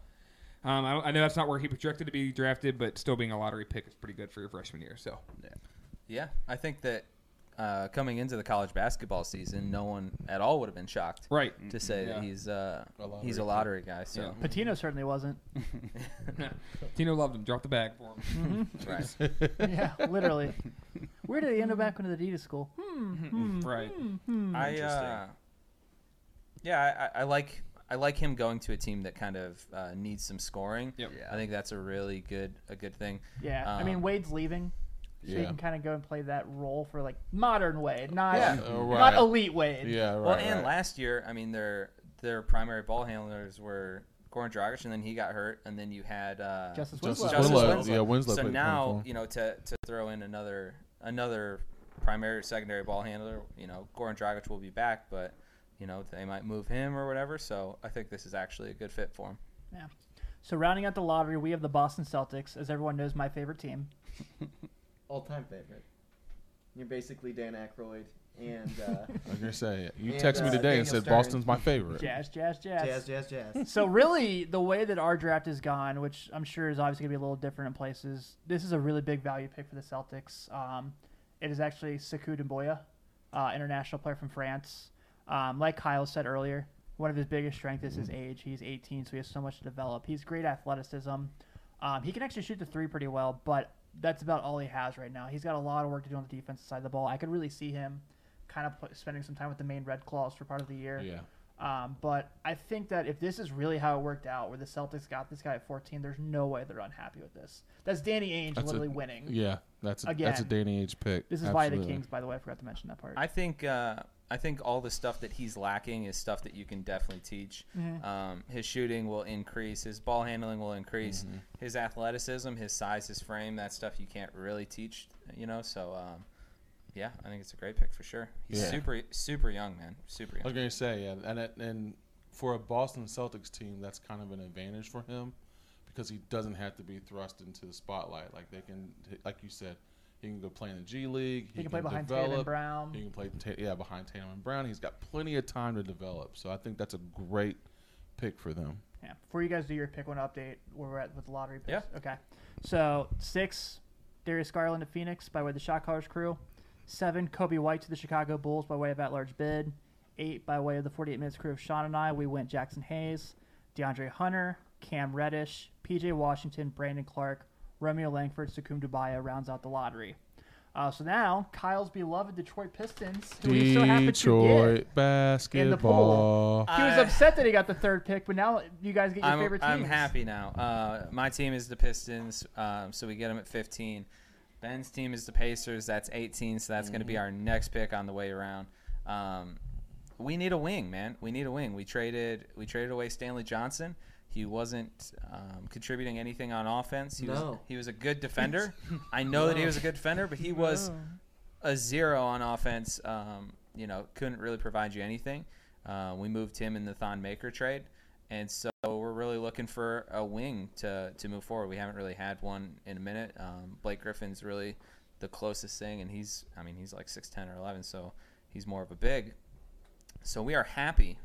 G: um, I, I know that's not where he projected to be drafted, but still being a lottery pick is pretty good for your freshman year. So
D: Yeah, I think that uh, coming into the college basketball season, no one at all would have been shocked,
G: right,
D: to say that
G: Yeah.
D: he's uh,
E: lottery
D: he's a lottery guy. So
C: [laughs] Patino certainly wasn't.
G: Tino loved him. Dropped the bag for him.
D: right.
C: yeah, literally. [laughs] Where did he end up back when the Adidas school? Hmm. hmm.
G: right.
D: I
G: Interesting.
D: uh, yeah, I, I I like I like him going to a team that kind of uh, needs some scoring.
G: Yep.
D: I think that's a really good a good thing.
C: Yeah, I mean
D: Um,
C: Wade's leaving, so you
E: Yeah.
C: can kind of go and play that role for like modern Wade, not [laughs]
D: Yeah.
E: Oh,
C: not
E: right.
C: elite Wade.
E: Yeah, right.
D: well, and
E: right.
D: last year, I mean their their primary ball handlers were Goran Dragic, and then he got hurt, and then you had uh,
C: Justice
E: Justice
C: Winslow.
E: Winslow. Yeah, Winslow
D: So
E: played
D: now
E: uniform.
D: you know to, to throw in another another primary or secondary ball handler. You know, Goran Dragic will be back, but you know they might move him or whatever. So I think this is actually a good fit for him.
C: Yeah. So rounding out the lottery, we have the Boston Celtics, as everyone knows, my favorite team.
F: All time favorite. You're basically Dan Aykroyd and [laughs] uh,
E: I was gonna say you
F: And,
E: texted me
F: uh,
E: today and
F: Daniel
E: said
F: Stern.
E: Boston's my favorite.
C: Jazz, jazz, jazz.
F: Jazz, Jazz, [laughs] Jazz.
C: So really, the way that our draft is gone, which I'm sure is obviously going to be a little different in places, this is a really big value pick for the Celtics. Um, it is actually Sekou Demboya, uh, international player from France. Um, like Kyle said earlier, one of his biggest strengths is his age. He's 18, so he has so much to develop. He's great athleticism. Um, he can actually shoot the three pretty well, but that's about all he has right now. He's got a lot of work to do on the defensive side of the ball. I could really see him kind of pl- spending some time with the main Red Claws for part of the year.
E: Yeah.
C: Um, but I think that if this is really how it worked out, where the Celtics got this guy at 14, there's no way they're unhappy with this. That's Danny Ainge
E: That's a-
C: literally winning.
E: Yeah, that's a, that's a
C: Again.
E: Danny Age pick.
C: This is why the
E: Absolutely.
C: Kings, by the way, I forgot to mention that part.
D: I think uh, I think all the stuff that he's lacking is stuff that you can definitely teach. Um, his shooting will increase, his ball handling will increase,
E: Mm-hmm.
D: his athleticism, his size, his frame. That stuff you can't really teach, you know. So um, yeah, I think it's a great pick for sure. He's
E: Yeah.
D: super super young, man. Super
E: I was
D: young.
E: gonna say yeah, and it, and for a Boston Celtics team, that's kind of an advantage for him because he doesn't have to be thrust into the spotlight. Like they can, like you said, he can go play in the G League.
C: He can play behind Tatum and Brown.
E: He can play ta- yeah behind Tatum and Brown. He's got plenty of time to develop. So I think that's a great pick for them.
C: yeah. Before you guys do your pick one update, where we're at with the lottery picks.
D: Yeah.
C: Okay. So six, Darius Garland to Phoenix by way of the Shot Callers crew. Seven, Kobe White to the Chicago Bulls by way of at large bid. Eight, by way of the 48 Minutes crew of Sean and I, we went Jackson Hayes, DeAndre Hunter, Cam Reddish, PJ Washington, Brandon Clark, Romeo Langford, Sukum Dubaya rounds out the lottery. Uh, so now, Kyle's beloved Detroit Pistons, who we so happen to get.
E: Detroit basketball.
C: poll. He was
D: I-
C: upset that he got the third pick, but now you guys get your
D: Uh, I'm,
C: favorite team.
D: I'm happy now. Uh, my team is the Pistons, um, so we get them at 15. Ben's team is the Pacers. That's 18, so that's going to
C: Mm-hmm.
D: be our next pick on the way around. Um, we need a wing, man. We need a wing. We traded we traded away Stanley Johnson. He wasn't um, contributing anything on offense. He was
F: No.
D: he was a good
C: [laughs]
D: defender. I know that he was a good defender, but he was a zero on offense. Um, you know, couldn't really provide you anything. Uh, we moved him in the Thon Maker trade, and so we're really looking for a wing to to move forward. We haven't really had one in a minute. Um, Blake Griffin's really the closest thing, and he's I mean he's like six ten or eleven, so he's more of a big. So we are happy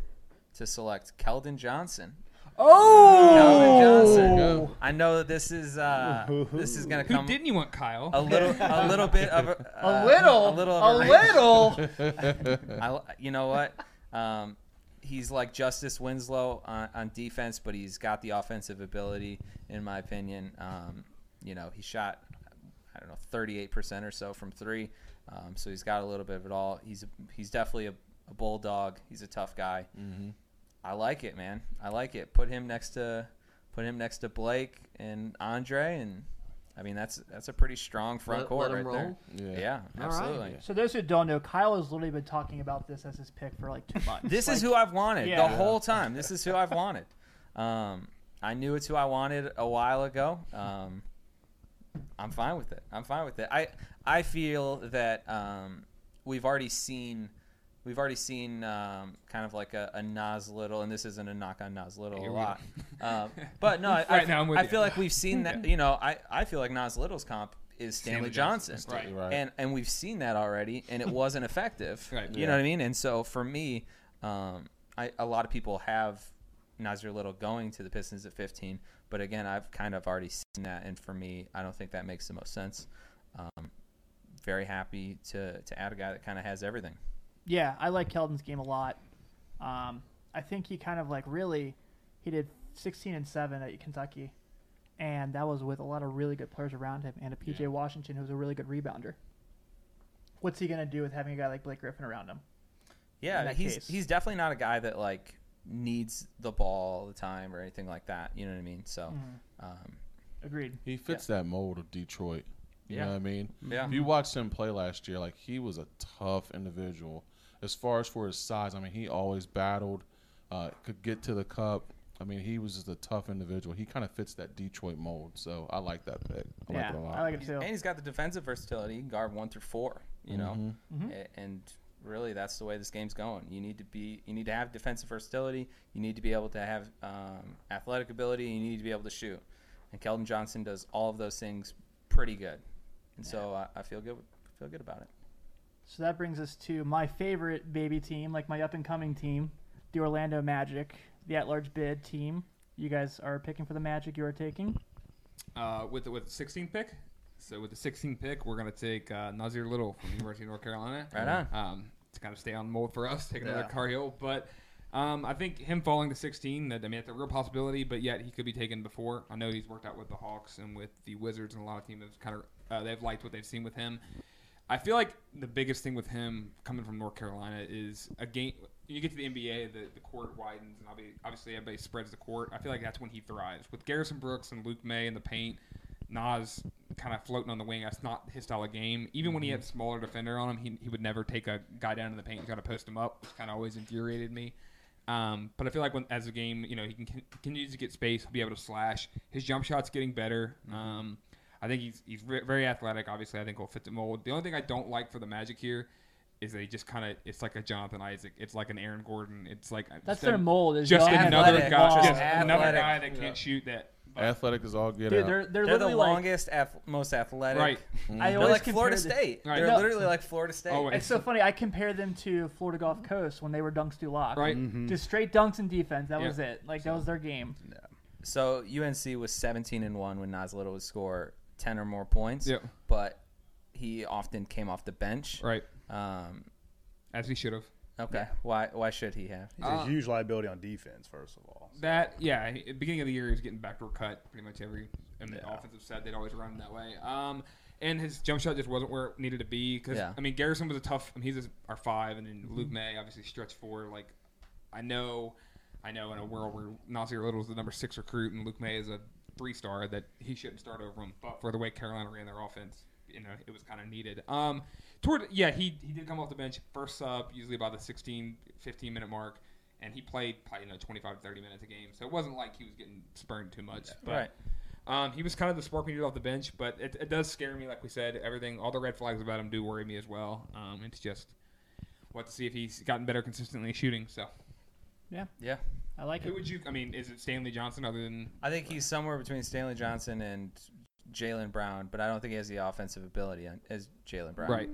D: to select Keldon Johnson.
G: Oh!
D: Keldon Johnson. I know that this is uh, this is gonna
G: Who
D: come
G: didn't you want, Kyle?
D: a little a little bit of a,
C: [laughs] A
D: uh,
C: little,
D: a little
C: a
D: of a, range.
C: little.
D: I, you know what? Um, he's like Justice Winslow on, on defense, but he's got the offensive ability, in my opinion. Um, you know, he shot, I don't know, 38% or so from three. Um, so he's got a little bit of it all. He's a, he's definitely a, a bulldog. He's a tough guy.
F: Mm-hmm.
D: I like it, man. I like it. Put him next to put him next to Blake and Andre, and I mean that's that's a pretty strong front
F: Let-
D: court
F: let
D: right
F: him
D: there. Yeah,
E: Yeah.
D: absolutely.
C: So those who don't know, Kyle has literally been talking about this as his pick for like two
E: [laughs]
C: months.
D: This is who I've wanted
C: Yeah.
D: the whole time. This is who I've wanted. Um, I knew it's who I wanted a while ago. Um, I'm fine with it. I'm fine with it. I I feel that um, we've already seen we've already seen um, kind of like a, a Nas Little, and this isn't a knock on Nas Little
G: Here
D: a
G: we
D: lot, um, but no, I,
G: Right
D: I,
G: now, I'm with
D: I
G: you.
D: feel like we've seen that. You know, I, I feel like Nas Little's comp is Stanley,
G: Stanley Johnson.
D: Johnson,
G: Right.
E: Right.
D: and and we've seen that already, and it wasn't effective.
G: Right.
D: You know what I mean? And so for me, um, I, a lot of people have Nazir Little going to the Pistons at 15, but again, I've kind of already seen that, and for me, I don't think that makes the most sense. Um, very happy to to add a guy that kind of has everything.
C: Yeah, I like Keldon's game a lot. Um, I think he kind of like really, he did 16 and seven at Kentucky, and that was with a lot of really good players around him and a PJ Washington who was a really good rebounder. What's he gonna do with having a guy like Blake Griffin around him? in
D: Yeah,
C: that
D: he's
C: case.
D: he's definitely not a guy that like needs the ball all the time or anything like that. You know what I mean? So, um,
C: Agreed.
E: He fits that mold of Detroit. You
D: Yeah.
E: know what I mean?
D: Yeah.
E: If you watched him play last year, like he was a tough individual. As far as for his size, I mean, he always battled, uh, could get to the cup. I mean, he was just a tough individual. He kind of fits that Detroit mold, so I like that pick. I
C: yeah,
E: like it a lot.
C: I like it too.
D: and he's got the defensive versatility. He can guard one through four. You know, A- and really that's the way this game's going. You need to be you need to have defensive versatility. You need to be able to have um, athletic ability. You need to be able to shoot. And Keldon Johnson does all of those things pretty good. And so I, I feel good feel good about it.
C: So that brings us to my favorite baby team, like my up and coming team, the Orlando Magic, the at large bid team. You guys are picking for the Magic. You are taking.
G: uh, with the- with 16 pick. So with the 16 pick, we're gonna take uh, Nazir Little from the University of North Carolina.
D: Right on.
G: Um, to kind of stay on mold for us, take another
H: Yeah.
G: Car Hill, but. Um, I think him falling to 16, that, I mean, it's a real possibility, but yet he could be taken before. I know he's worked out with the Hawks and with the Wizards, and a lot of teams have kind of uh, they've liked what they've seen with him. I feel like the biggest thing with him coming from North Carolina is a game. You get to the NBA, the, the court widens, and obvi- obviously everybody spreads the court. I feel like that's when he thrives. With Garrison Brooks and Luke May in the paint, Nas kind of floating on the wing. That's not his style of game. Even when he had
C: Mm-hmm.
G: a smaller defender on him, he, he would never take a guy down in the paint and try to post him up, which kind of always infuriated me. Um, but I feel like when as the game, you know, he can con- continues to get space, he'll be able to slash. His jump shot's getting better.
C: Mm-hmm.
G: Um, I think he's he's re- very athletic. Obviously, I think will fit the mold. The only thing I don't like for the Magic here is they just kind of it's like a Jonathan Isaac, it's like an Aaron Gordon, it's like uh,
C: That's
G: just
C: their
G: an-
C: mold. Is
G: Just
C: young,
G: another
C: athletic,
G: guy,
C: long.
G: just another
D: Athletic.
G: guy that can't shoot that.
E: Athletic is all get
C: Dude,
E: out.
C: they're they're,
D: They're the
C: literally like.
D: longest, ath- most athletic.
G: Right.
C: I
D: They're
C: always
D: like Florida
C: compare the-
D: State.
G: Right.
D: They're
G: No.
D: literally like Florida State.
G: Always.
C: It's so funny. I compare them to Florida Gulf Coast when they were dunks do lock.
G: Right.
C: Just straight dunks and defense. That
G: Yeah.
C: was it. Like that was their game.
D: So UNC was 17 and one when Nas Little would score 10 or more points.
G: Yep.
D: But he often came off the bench.
G: Right.
D: Um,
G: As he should have.
D: okay. Why? Why should he have?
H: He's a huge liability on defense, first of all.
G: That yeah, he- at the beginning of the year he was getting backdoor cut pretty much every and the offensive side they'd always run him that way. Um, and his jump shot just wasn't where it needed to be because
D: Yeah.
G: I mean Garrison was a tough. I mean he's our five, and then Luke May obviously stretched four. Like I know, I know in a world where Nasir Little is the number six recruit and Luke May is a three star that he shouldn't start over him, but for the way Carolina ran their offense, you know it was kind of needed. Um, toward yeah he he did come off the bench first sub usually by the 16, 15 minute mark and he played probably you know 25 30 minutes a game so it wasn't like he was getting spurned too much but um, he was kind of the spark we needed off the bench but it, it does scare me like we said everything all the red flags about him do worry me as well um, it's just what to see if he's gotten better consistently shooting so
D: Yeah.
C: I like
G: who
C: it.
G: would you i mean is it stanley johnson other than
D: I think he's somewhere between Stanley Johnson and Jalen Brown, but I don't think he has the offensive ability on- as Jalen Brown.
G: Right.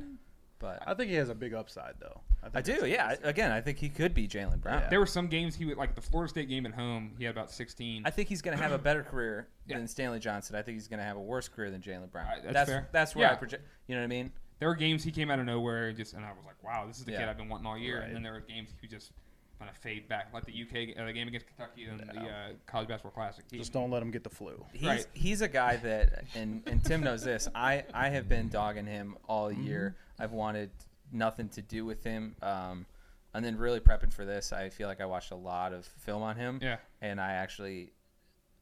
D: But
H: I think he has a big upside though. think
D: I do.
H: that's-
D: Yeah. Again, I think he could be Jalen Brown.
G: There were some games he would like the Florida State game at home. He had about 16.
D: I think he's going to have a better career
G: Yeah.
D: than Stanley Johnson. I think he's going to have a worse career than Jalen Brown.
G: All right, that's
D: that's
G: fair.
D: that's where I
G: Yeah.
D: project. You know what I mean?
G: there were games he came out of nowhere and just and I was like, wow, this is the
D: Yeah.
G: kid I've been wanting all year. And then there were games he just kind of fade back, like the UK uh, the game against Kentucky and the uh, college basketball classic. He-
H: Just don't let him get the flu.
D: He's,
G: Right.
D: he's a guy that, and, and Tim knows this. I, I have been dogging him all
G: Mm-hmm.
D: year. I've wanted nothing to do with him. Um, and then really prepping for this, I feel like I watched a lot of film on him.
G: Yeah.
D: And I actually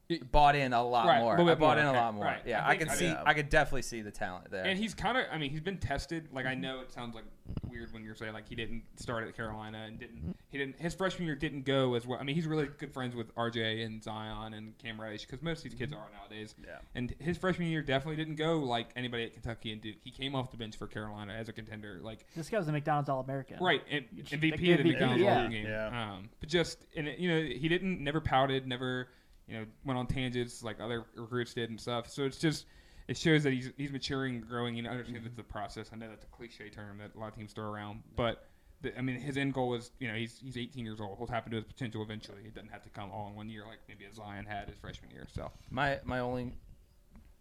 G: It-
D: bought in a lot
G: Right,
D: more.
G: little
D: I
G: bit
D: bought
G: more,
D: in a
G: okay,
D: lot more.
G: right.
D: Yeah.
G: I
D: I,
G: think-
D: could
G: I
D: see.
G: mean-
D: I could definitely see the talent there.
G: And he's kind of, I mean, he's been tested. Like I know it sounds like weird when you're saying like he didn't start at Carolina and didn't he didn't his freshman year didn't go as well. I mean, he's really good friends with RJ and Zion and Cam Reddish because most of these kids are nowadays.
H: Yeah.
G: And his freshman year definitely didn't go like anybody at Kentucky and Duke. He came off the bench for Carolina as a contender. Like
C: This guy was a McDonald's All American.
G: Right, and MVP
C: give
G: of the
C: me-
G: McDonald's
C: yeah.
G: All-Star game.
H: Yeah.
G: Um, but just and it- you know he didn't never pouted, never you know went on tangents like other recruits did and stuff. So it's just it shows that he's he's maturing, growing, and understands it's a process. I know that's a cliche term that a lot of teams throw around, but the, I mean his end goal is you know he's he's 18 years old. He'll tap into his potential eventually. It doesn't have to come all in one year like maybe as Zion had his freshman year. So
D: my, my only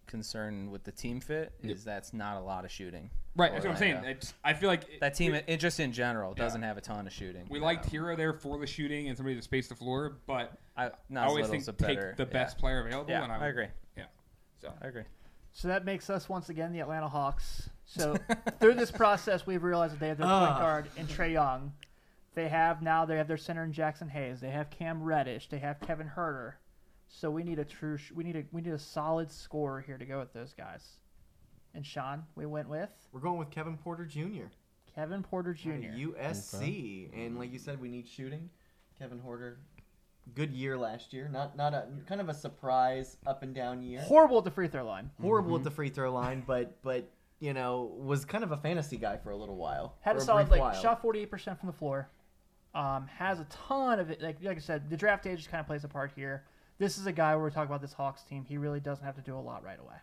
D: concern with the team fit is that's not a lot of shooting.
G: right,
D: for
G: that's what I'm saying.
D: Orlando.
G: It's, I feel like it-
D: That team,
G: we-
D: it, just in general, doesn't have a ton of shooting.
G: we liked Hero there for the shooting and somebody to space the floor, but
D: I,
G: I
D: not
G: always
D: as
G: think
D: little's a
G: take
D: better.
G: the
D: yeah.
G: best player available.
D: Yeah,
G: and
D: I
G: would-
D: agree.
G: Yeah. So
D: I agree.
C: So that makes us once again the Atlanta Hawks. So through this process, we've realized that they have their point guard in Trey Young. They have now they have their center in Jackson Hayes. They have Cam Reddish. They have Kevin Herter. So we need a true sh- we need a we need a solid scorer here to go with those guys. And Sean, we went with
F: [laughs] We're going with Kevin Porter Jr.
C: Kevin Porter Jr.
F: USC, and like you said, we need shooting. Kevin Horder, good year last year. Not not a kind of a surprise up and down year.
C: Horrible at the free throw line.
F: Horrible at the free throw line, but but you know was kind of a fantasy guy for a little while.
C: Had
F: for
C: a
F: brief
C: solid like
F: while.
C: shot forty eight percent from the floor. Um, has a ton of it. Like like I said, the draft age kind of plays a part here. This is a guy where we talk about this Hawks team. He really doesn't have to do a lot right away.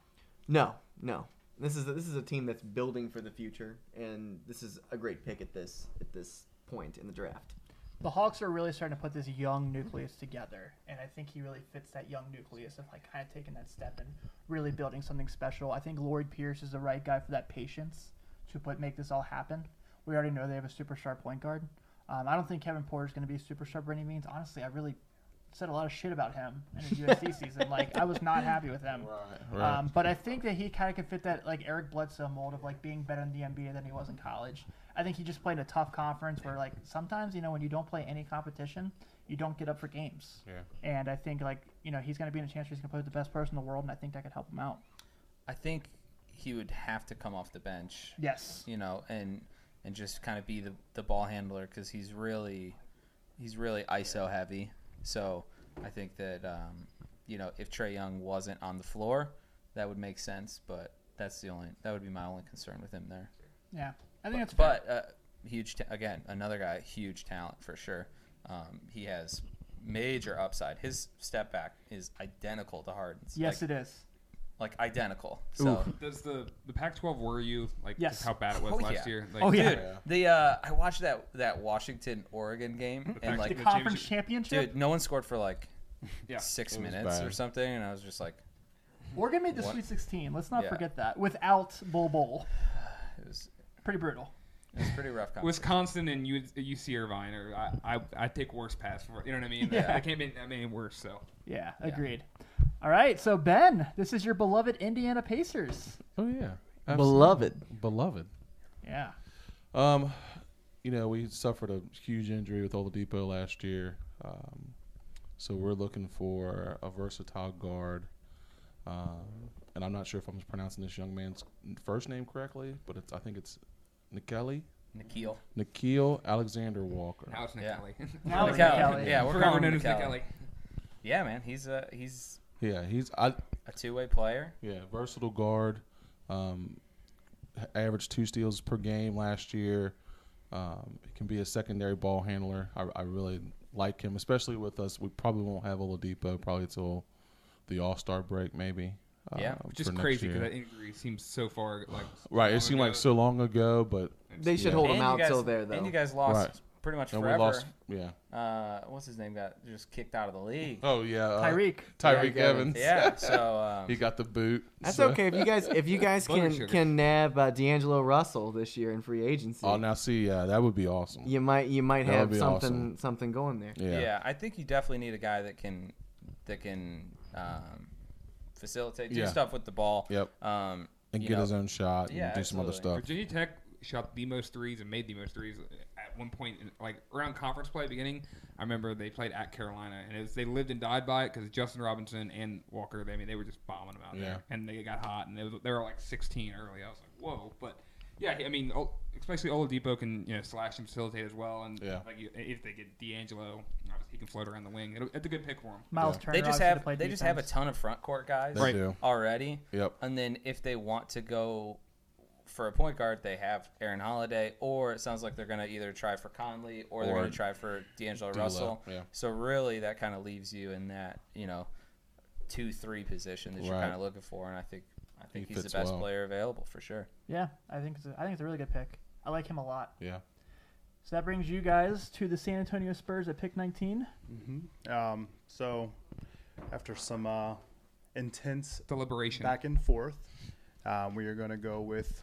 F: No, no. This is a, this is a team that's building for the future, and this is a great pick at this at this point in the draft.
C: The Hawks are really starting to put this young nucleus together, and I think he really fits that young nucleus of like kind of taking that step and really building something special. I think Lloyd Pierce is the right guy for that patience to put make this all happen. We already know they have a super sharp point guard. Um, I don't think Kevin Porter is going to be super sharp by any means. Honestly, I really said a lot of shit about him in his USC season. Like I was not happy with him. Um, but I think that he kind of could fit that like Eric Bledsoe mold of like being better in the NBA than he was in college. I think he just played in a tough conference where like sometimes you know when you don't play any competition, you don't get up for games. Yeah. And I think like you know he's going to be in a chance where he's going to play with the best person in the world, and I think that could help him out.
D: I think he would have to come off the bench,
C: Yes.
D: you know, and and just kind of be the, the ball handler because he's really he's really ISO heavy. So I think that um, you know if Trey Young wasn't on the floor, that would make sense. But that's the only that would be my only concern with him there.
C: Yeah. I think that's fair.
D: But uh, huge ta- again, another guy, huge talent for sure. Um, he has major upside. His step back is identical to Harden's.
C: yes,
D: like,
C: it is.
D: like identical. So
G: Does the the Pac-12 worry you? Like
C: Yes.
G: just how bad it was
D: Oh,
G: last
D: yeah.
G: year? Like,
C: Oh, yeah.
D: dude, the uh, I watched that that Washington Oregon game and
C: The
D: like,
G: the
C: conference championship.
D: dude, no one scored for like
G: Yeah.
D: six
E: It was
D: minutes
E: bad.
D: or something, and I was just like,
C: Oregon made the
D: What?
C: Sweet 16. Let's not
D: Yeah.
C: forget that without Bull Bull.
D: [sighs] it was
C: Pretty brutal.
D: it was pretty rough. Conference.
G: Wisconsin and U, UC Irvine, or I, I I take worse pass for it. You know what I mean?
C: Yeah.
G: I can't be that many worse. So
C: Yeah, agreed. All right, so Ben, this is your beloved Indiana Pacers.
E: Oh yeah,
F: Beloved.
E: beloved.
C: Yeah.
E: Um, you know, we suffered a huge injury with Oladipo last year, um, so we're looking for a versatile guard. Um, and I'm not sure if I'm pronouncing this young man's first name correctly, but it's I think it's Nikelly
D: Nikhil.
E: Nikhil Alexander Walker.
G: now it's Nick
D: Yeah.
G: Kelly.
C: Now it's
D: Nikhil.
C: Kelly.
G: [laughs]
D: Yeah, we're
G: Forever
D: calling
G: known
D: him
G: as Nick
D: Nikhil.
G: Kelly.
D: Yeah, man, he's a he's
E: Yeah, he's I
D: a two way player.
E: Yeah, versatile guard. Um, h- averaged two steals per game last year. Um, he can be a secondary ball handler. I, I really like him, especially with us. We probably won't have Oladipo probably till the All Star break, maybe.
D: Yeah,
E: uh,
G: Which is
E: for next
G: crazy
E: year.
G: because that injury seems so far like
E: right,
G: long
E: it seemed like
G: ago.
E: so long ago, but
F: They should
E: Yeah.
F: hold him
D: you
F: out
D: guys-
F: till there though.
D: And you guys lost
E: Right.
D: pretty much
E: and we
D: forever.
E: lost. Yeah.
D: Uh, what's his name? Got just kicked out of the league.
E: Oh yeah. Uh,
C: Tyreek.
E: Tyreek
F: Tyreek
E: Evans.
F: Evans.
D: Yeah. So um,
E: He got the boot.
F: That's
E: so-
F: okay if you guys if you guys
G: Butter
F: can
G: sugar.
F: can nab uh, D'Angelo Russell this year in free agency.
E: Oh, now see, yeah, that would be awesome.
F: You might you might
E: That would
F: have
E: be
F: something
E: awesome.
F: something going there.
E: Yeah.
D: yeah. I think you definitely need a guy that can that can um, facilitate, do
E: Yeah.
D: stuff with the ball.
E: Yep.
D: Um,
E: And
D: you
E: get
D: know,
E: his own shot and
D: Yeah,
E: do some other
D: absolutely.
E: stuff.
G: Virginia Tech shot the most threes and made the most threes at one point, in- like around conference play beginning. I remember they played at Carolina, and it was, they lived and died by it because Justin Robinson and Walker. They, I mean, they were just bombing them out
E: Yeah.
G: there, and they got hot, and they, was- they were like 16 early. I was like, whoa, but. Yeah, I mean, Ol- especially Oladipo can you know slash and facilitate as well, and
E: Yeah.
G: like you, if they get D'Angelo, obviously he can float around the wing. It'll, it's a good pick for him.
C: Miles Turner.
D: They just
C: obviously,
D: have
C: to play
D: they just have a
C: defense.
D: ton of front court guys
E: They do.
D: already.
E: Yep.
D: And then if they want to go for a point guard, they have Aaron Holiday, or it sounds like they're going to either try for Conley or, they're
E: Or
D: going to try for D'Angelo Russell.
E: yeah.
D: So really, that kind of leaves you in that you know two three position that you're
E: Right.
D: kind of looking for, and I think I think
E: He
D: he's the
E: fits
D: best
E: well.
D: player available for sure.
C: Yeah, I think it's a, I think it's a really good pick. I like him a lot.
E: Yeah.
C: So that brings you guys to the San Antonio Spurs at pick 19.
H: Um, so, after some uh, intense
G: Deliberation.
H: back and forth, um, we are going to go with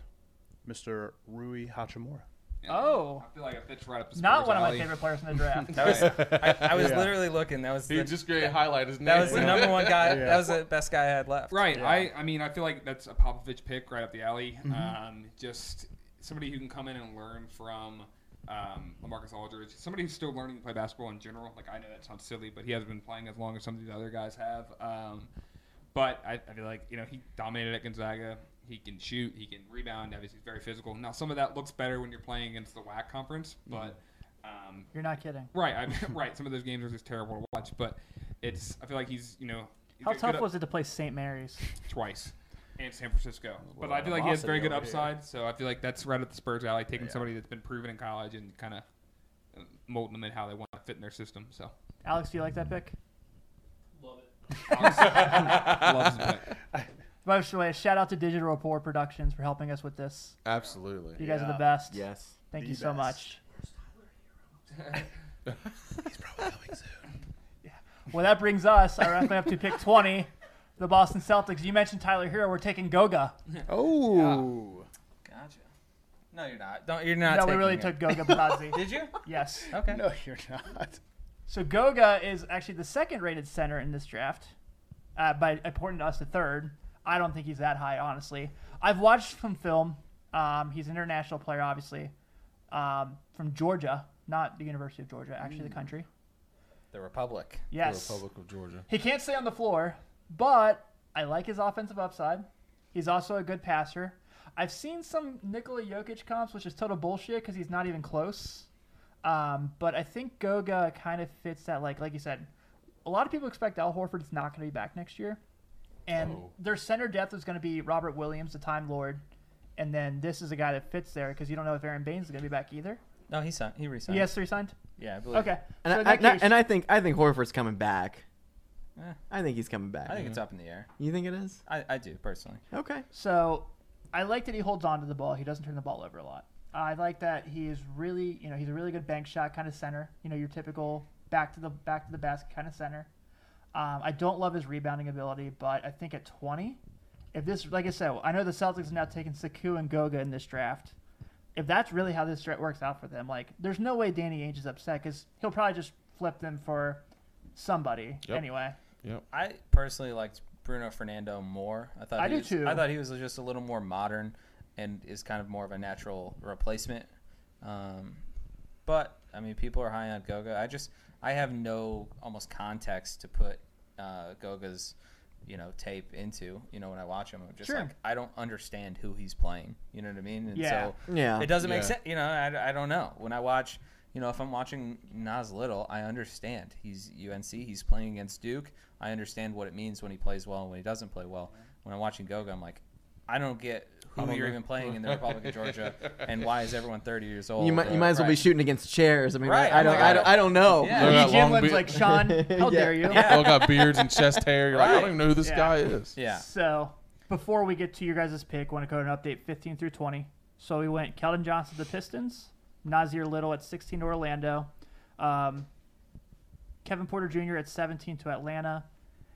H: Mr. Rui Hachimura.
G: Yeah.
C: Oh.
G: I feel like it fits right up the
C: Not
G: Spurs
C: one of my
G: alley.
C: favorite players in the draft. [laughs]
D: That was, I, I was
H: Yeah.
D: literally looking. That was the,
E: great highlight his name.
D: that was the number
E: [laughs]
D: one guy.
H: Yeah.
D: That was the best guy I had left.
G: Right. I, I mean, I feel like that's a Popovich pick right up the alley.
C: Mm-hmm.
G: Um, just somebody who can come in and learn from um, Lamarcus Aldridge. Somebody who's still learning to play basketball in general. Like, I know that sounds silly, but he hasn't been playing as long as some of these other guys have. Um, but I, I feel like, you know, he dominated at Gonzaga. He can shoot. He can rebound. Obviously, he's very physical. Now, some of that looks better when you're playing against the WAC conference,
C: Mm-hmm.
G: but. Um,
C: You're not kidding.
G: right, I mean, [laughs] right. Some of those games are just terrible to watch, but it's. I feel like he's, you know, he's
C: How
G: a good
C: tough
G: up-
C: was it to play St. Mary's?
G: twice and San Francisco. But I
D: Well,
G: feel like he has
D: velocity
G: very good
D: over here.
G: upside, so I feel like that's right at the Spurs alley, taking somebody that's been proven in college and kind of molding them in how they want to fit in their system.
D: [laughs]
G: So
C: Alex, do you like that pick?
G: loves his pick.
C: By the way, shout out to Digital Report Productions for helping us with this.
E: Absolutely.
C: You guys are the
H: Yeah.
C: best.
F: Yes.
C: Thank
H: The
C: you so
H: best.
C: much.
H: Probably coming soon.
C: [laughs] Well, that brings us, I wrap it up to pick 20, the Boston Celtics. You mentioned Tyler Hero. We're taking Goga.
F: Oh.
D: Gotcha. No, you're not. Don't. You're not.
C: no, we
D: taking
C: really
D: it.
C: took Goga Badzi.
D: Did you?
C: yes.
D: Okay.
H: No, you're not.
C: So Goga is actually the second rated center in this draft, uh, but important to us, the third. I don't think he's that high, honestly. I've watched some film. Um, he's an international player, obviously, um, from Georgia, not the University of Georgia, actually the country.
D: The Republic.
C: Yes.
E: The Republic of Georgia.
C: He can't stay on the floor, but I like his offensive upside. He's also a good passer. I've seen some Nikola Jokic comps, which is total bullshit because he's not even close. Um, but I think Goga kind of fits that. Like like you said, a lot of people expect Al Horford's not going to be back next year, and
E: Oh.
C: their center depth is going to be Robert Williams, the Time Lord, and then this is a guy that fits there because you don't know if Aaron Baines is going to be back either.
D: No, he signed. He resigned.
C: He has three signed.
D: Yeah, I believe.
C: Okay,
F: And,
C: so in
F: I,
C: that
F: and I-
C: case-
F: and I think I think Horford's coming back.
D: Eh.
F: I think he's coming back.
D: I think it's up in the air.
F: you think it is?
D: I, I do personally.
F: Okay.
C: So I like that he holds on to the ball. He doesn't turn the ball over a lot. I like that he is really, you know, he's a really good bank shot kind of center. You know, your typical back to the back to the basket kind of center. Um, I don't love his rebounding ability, but I think at 20, if this, like I said, I know the Celtics have now taken Sekou and Goga in this draft. If that's really how this draft works out for them, like, there's no way Danny Ainge is upset because he'll probably just flip them for somebody
E: Yep.
C: anyway.
D: [laughs]
E: Yep.
D: I personally liked Bruno Fernando more. I thought
C: I
D: he
C: do
D: was,
C: too.
D: I thought he was just a little more modern, and is kind of more of a natural replacement. Um, but I mean, people are high on Goga. I just I have no almost context to put uh, Goga's you know tape into. You know, when I watch him, I'm just
C: Sure.
D: like I don't understand who he's playing. You know what I mean? And
C: Yeah.
D: So
F: Yeah.
D: it doesn't make
E: Yeah.
D: sense. You know, I, I don't know. When I watch, you know, if I'm watching Nas Little, I understand he's UNC. He's playing against Duke. I understand what it means when he plays well and when he doesn't play well. When I'm watching Goga, I'm like, I don't get who you're even playing in the Republic of [laughs] Georgia, and why is everyone 30 years old? uh,
F: You might, you might as well be
D: Right.
F: shooting against chairs. I mean,
D: Right,
F: I,
D: oh
F: don't,
D: my
F: I don't,
D: God.
F: I don't know.
D: Yeah.
E: They all got long
C: Jimlin's
E: be-
C: like Sean. How
F: Yeah.
C: dare you?
E: they all got beards and chest hair. You're like, I don't even know who this
C: Yeah.
E: guy is.
D: Yeah.
C: So before we get to your guys' pick, want to go and update 15 through 20. So we went Keldon Johnson to the Pistons, Nazir Little at 16 to Orlando, um, Kevin Porter Jr. at 17 to Atlanta,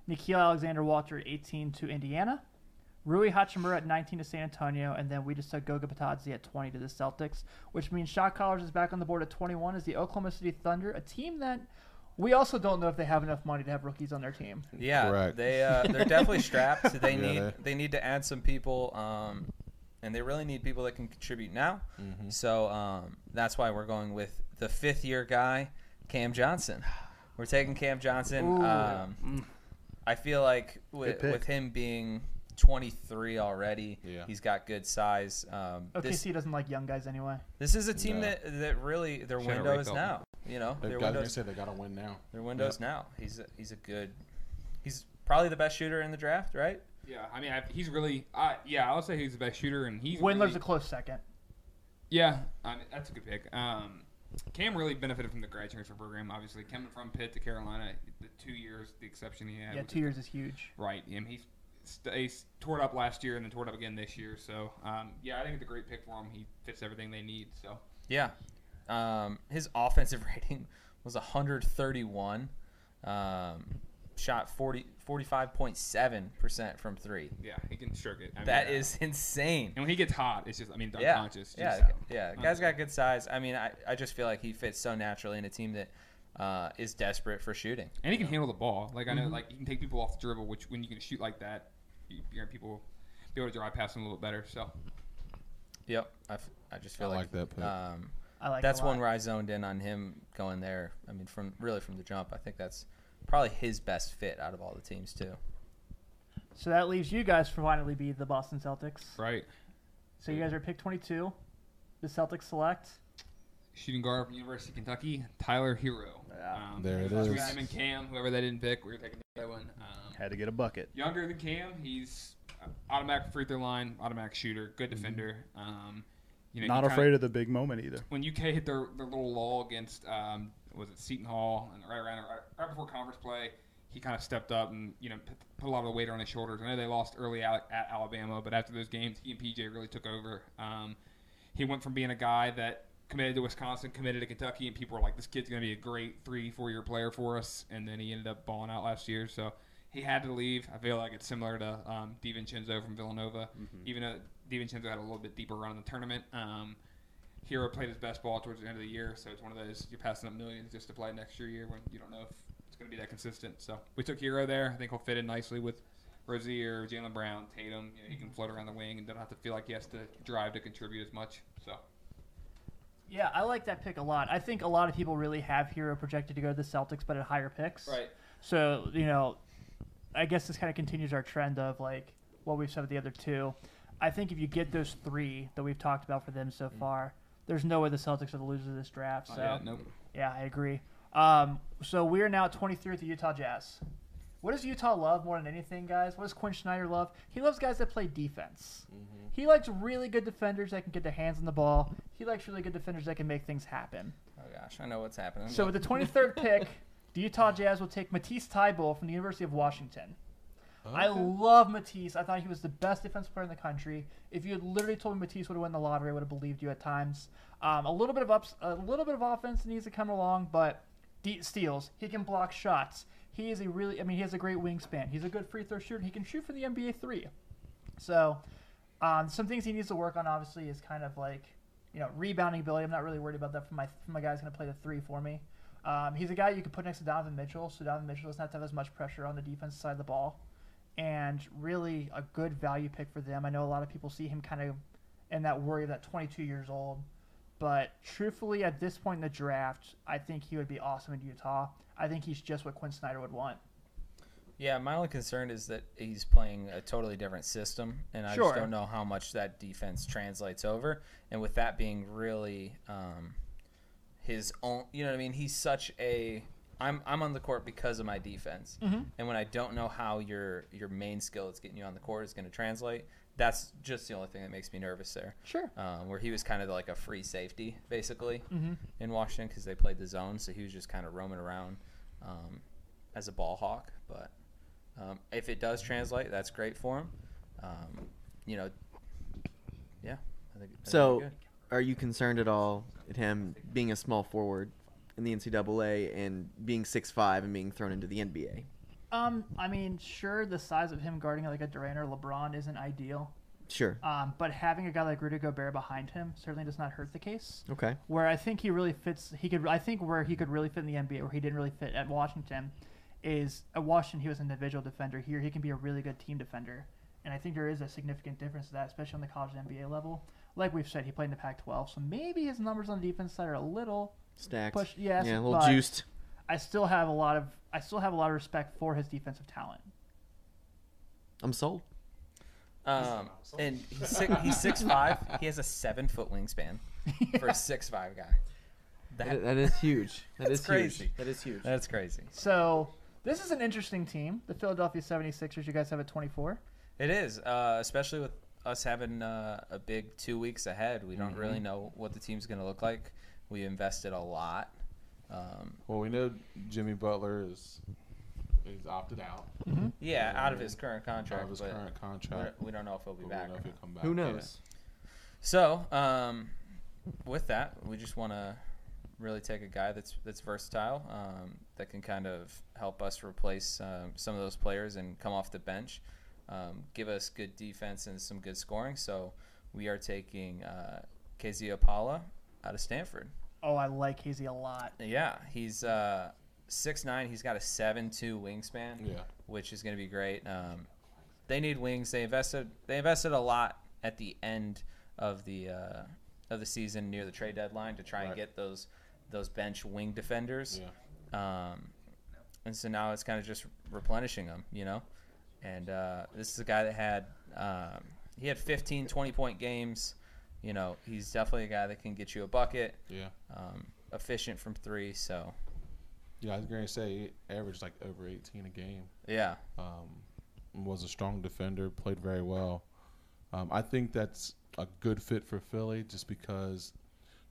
C: Nikhil Alexander Walter at 18 to Indiana, Rui Hachimura at 19 to San Antonio, and then we just took Goga Patadze at 20 to the Celtics, which means shot callers is back on the board at 21 is the Oklahoma City Thunder, a team that we also don't know if they have enough money to have rookies on their team.
D: Yeah,
E: Correct.
D: they
E: [laughs]
D: uh, they're definitely strapped. They need
E: they-
D: they... need to add some people, um, and they really need people that can contribute now.
E: Mm-hmm.
D: So um, that's why we're going with the fifth year guy, Cam Johnson. We're taking Cam Johnson. Um, I feel like with,
F: pick.
D: with him being 23 already,
E: Yeah.
D: he's got good size. Um,
C: OKC
D: this,
C: doesn't like young guys anyway.
D: this is a team
E: No.
D: that, that really their
G: Shout out
D: window
G: Ray
D: is
G: Felton.
D: now. You know,
E: They've
D: their
E: got, they
D: windows
E: said they got to win now.
D: their windows now. He's a, he's a good. He's probably the best shooter in the draft, right?
G: Yeah, I mean, I, he's really. I yeah, I'll say he's the best shooter, and he's
C: Windler's
G: really-
C: a close second.
G: Yeah, I mean, that's a good pick. Um, Cam really benefited from the grad transfer program, obviously. Coming from Pitt to Carolina, the two years, the exception he had.
C: Yeah,
G: which
C: two
G: is-
C: years is huge.
G: Right. And he's, st- he's tore it up last year and then tore it up again this year. So, um, yeah, I think it's a great pick for him. He fits everything they need. So,
D: Yeah. Um, his offensive [laughs] rating was 131. Um, shot 40, 45.7% from three.
G: yeah, he can stroke it. I mean,
D: That
G: yeah.
D: is insane.
G: And when he gets hot, it's just, I mean, it's
D: Yeah.
G: unconscious.
D: Yeah.
G: Just-
D: Yeah. Guy's got good size. I mean, I, I just feel like he fits so naturally in a team that uh, is desperate for shooting.
G: And he can handle the ball. Like,
D: Mm-hmm.
G: I know, like, he can take people off the dribble, which when you can shoot like that, you, you know, people be able to drive past him a little bit better. So,
D: Yep. I, f- I just feel
E: I
D: like,
E: like that pick.
D: Um,
C: I like
D: that's
C: it a lot.
D: one where I zoned in on him going there. I mean, from really from the jump, I think that's probably his best fit out of all the teams too.
C: So that leaves you guys for finally be the Boston Celtics.
G: right.
C: So you guys are pick 22. The Celtics select.
G: shooting guard from University of Kentucky, Tyler Hero. Um,
E: There it
G: between
E: is.
G: Him and Cam, whoever they didn't pick, we were taking that one. Um,
H: Had to get a bucket.
G: younger than Cam, he's automatic free throw line, automatic shooter, good
H: Mm-hmm.
G: defender. Um, you know,
H: Not afraid of the big moment either.
G: when UK hit their, their little lull against um, was it Seton Hall and right around right, right before conference play, he kind of stepped up and you know put, put a lot of the weight on his shoulders. I know they lost early out at Alabama, but after those games, he and PJ really took over. Um, he went from being a guy that committed to Wisconsin, committed to Kentucky, and people were like, "This kid's going to be a great three, four year player for us," and then he ended up balling out last year. So. He had to leave. I feel like it's similar to um, DiVincenzo from Villanova, even though DiVincenzo had a little bit deeper run in the tournament. Um, Hero played his best ball towards the end of the year, so it's one of those you're passing up millions just to play next year year when you don't know if it's going to be that consistent. So we took Hero there. I think he'll fit in nicely with Rozier, Jalen Brown, Tatum. You know, he can float around the wing and don't have to feel like he has to drive to contribute as much. So
C: Yeah, I like that pick a lot. I think a lot of people really have Hero projected to go to the Celtics, but at higher picks. So, you know, I guess this kind of continues our trend of like what we've said with the other two. I think if you get those three that we've talked about for them so
D: Mm.
C: far, there's no way the Celtics are the losers of this draft. So,
G: yeah, nope.
C: Yeah, I agree. Um, so we're now at 23 with the Utah Jazz. What does Utah love more than anything, guys? What does Quinn Schneider love? He loves guys that play defense. He likes really good defenders that can get their hands on the ball. He likes really good defenders that can make things happen.
D: Oh gosh, I know what's happening.
C: So with the 23rd pick, the Utah Jazz will take Matisse Thybulle from the University of Washington. I love Matisse. I thought he was the best defensive player in the country. If you had literally told me Matisse would have won the lottery, I would have believed you at times. Um, a little bit of ups, a little bit of offense needs to come along, but de- steals. He can block shots. He is a really. I mean, he has a great wingspan. He's a good free throw shooter. He can shoot for the NBA three. So, um, some things he needs to work on, obviously, is kind of like, you know, rebounding ability. I'm not really worried about that for my for my guy's going to play the three for me. Um, he's a guy you can put next to Donovan Mitchell, so Donovan Mitchell doesn't have to have as much pressure on the defensive side of the ball. And really a good value pick for them. I know a lot of people see him kind of in that worry of that 22 years old. But truthfully, at this point in the draft, I think he would be awesome in Utah. I think he's just what Quinn Snyder would want.
D: Yeah, my only concern is that he's playing a totally different system, and I
C: Sure.
D: just don't know how much that defense translates over. And with that being really um, his own, you know what I mean? He's such a I'm I'm on the court because of my
C: Mm-hmm.
D: defense, and when I don't know how your your main skill that's getting you on the court is going to translate, that's just the only thing that makes me nervous there.
C: Sure.
D: Um, where he was kind of like a free safety, basically,
C: Mm-hmm.
D: in Washington because they played the zone. So he was just kind of roaming around um, as a ball hawk. But um, if it does translate, that's great for him. Um, you know, yeah. I think, I think it'd be
F: So,
D: good.
F: are you concerned at all at him being a small forward in the NCAA and being 6'5 and being thrown into the NBA?
C: Um, I mean, sure, the size of him guarding like a Durant or LeBron isn't ideal.
F: Sure.
C: Um, but having a guy like Rudy Gobert behind him certainly does not hurt the case.
F: Okay.
C: Where I think he really fits, he could. I think where he could really fit in the NBA, where he didn't really fit at Washington, is at Washington he was an individual defender. Here he can be a really good team defender, and I think there is a significant difference to that, especially on the college and NBA level. Like we've said, he played in the Pac-12, so maybe his numbers on the defense side are a little.
F: Stacked.
C: Push- yes,
F: yeah, a little
C: but-
F: juiced.
C: I still have a lot of. I still have a lot of respect for his defensive talent.
F: I'm sold.
D: Um, and he's six, he's six five. He has a seven foot wingspan for a six five guy.
F: That-
D: That,
F: that is
C: [laughs]
F: huge. That is
D: crazy.
F: huge. That is huge.
D: that's crazy.
C: So this is an interesting team, the Philadelphia 76ers. You guys have a 24.
D: It is, uh, especially with us having uh, a big two weeks ahead. We don't really know what the team's going to look like. We invested a lot. Um,
E: Well, we know Jimmy Butler is is opted out
D: yeah, out of his current contract.
E: out of his
D: but
E: current
D: we
E: contract.
D: don't- We don't know if he'll be
E: but we
D: back.
E: don't know
D: or
E: if he'll
D: not.
E: come back.
F: Who knows?
D: So, um, with that, we just want to really take a guy that's that's versatile, um, that can kind of help us replace um, some of those players and come off the bench, um, give us good defense and some good scoring. So, we are taking uh, Casey Apala out of Stanford.
C: Oh, I like Hazy a lot.
D: Yeah, he's uh, six nine. He's got a seven two wingspan.
E: Yeah.
D: which is going to be great. Um, they need wings. They invested. They invested a lot at the end of the uh, of the season near the trade deadline to try and
E: Right.
D: get those those bench wing defenders.
E: Yeah.
D: Um, and so now it's kind of just replenishing them, you know. And uh, this is a guy that had um, he had 15, 20 point games. You know, he's definitely a guy that can get you a bucket
E: Yeah.
D: um, efficient from three. So
E: Yeah, I was going to say he averaged like over 18 a game.
D: yeah,
E: Um, was a strong defender, played very well. Um, I think that's a good fit for Philly just because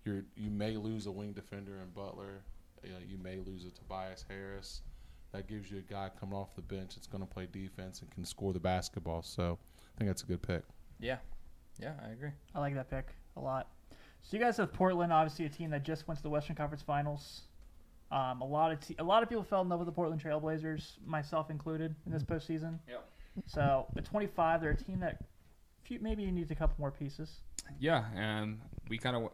E: you're you may lose a wing defender in Butler. You, know, you may lose a Tobias Harris. That gives you a guy coming off the bench that's going to play defense and can score the basketball. So I think that's a good pick.
D: yeah, yeah. I agree.
C: I like that pick a lot. So you guys have Portland, obviously a team that just went to the Western Conference Finals. Um, a lot of te- a lot of people fell in love with the Portland Trailblazers, myself included, in this postseason.
G: Mm-hmm. Yeah.
C: So at 25, they're a team that few, maybe needs a couple more pieces.
G: Yeah, um, we kind of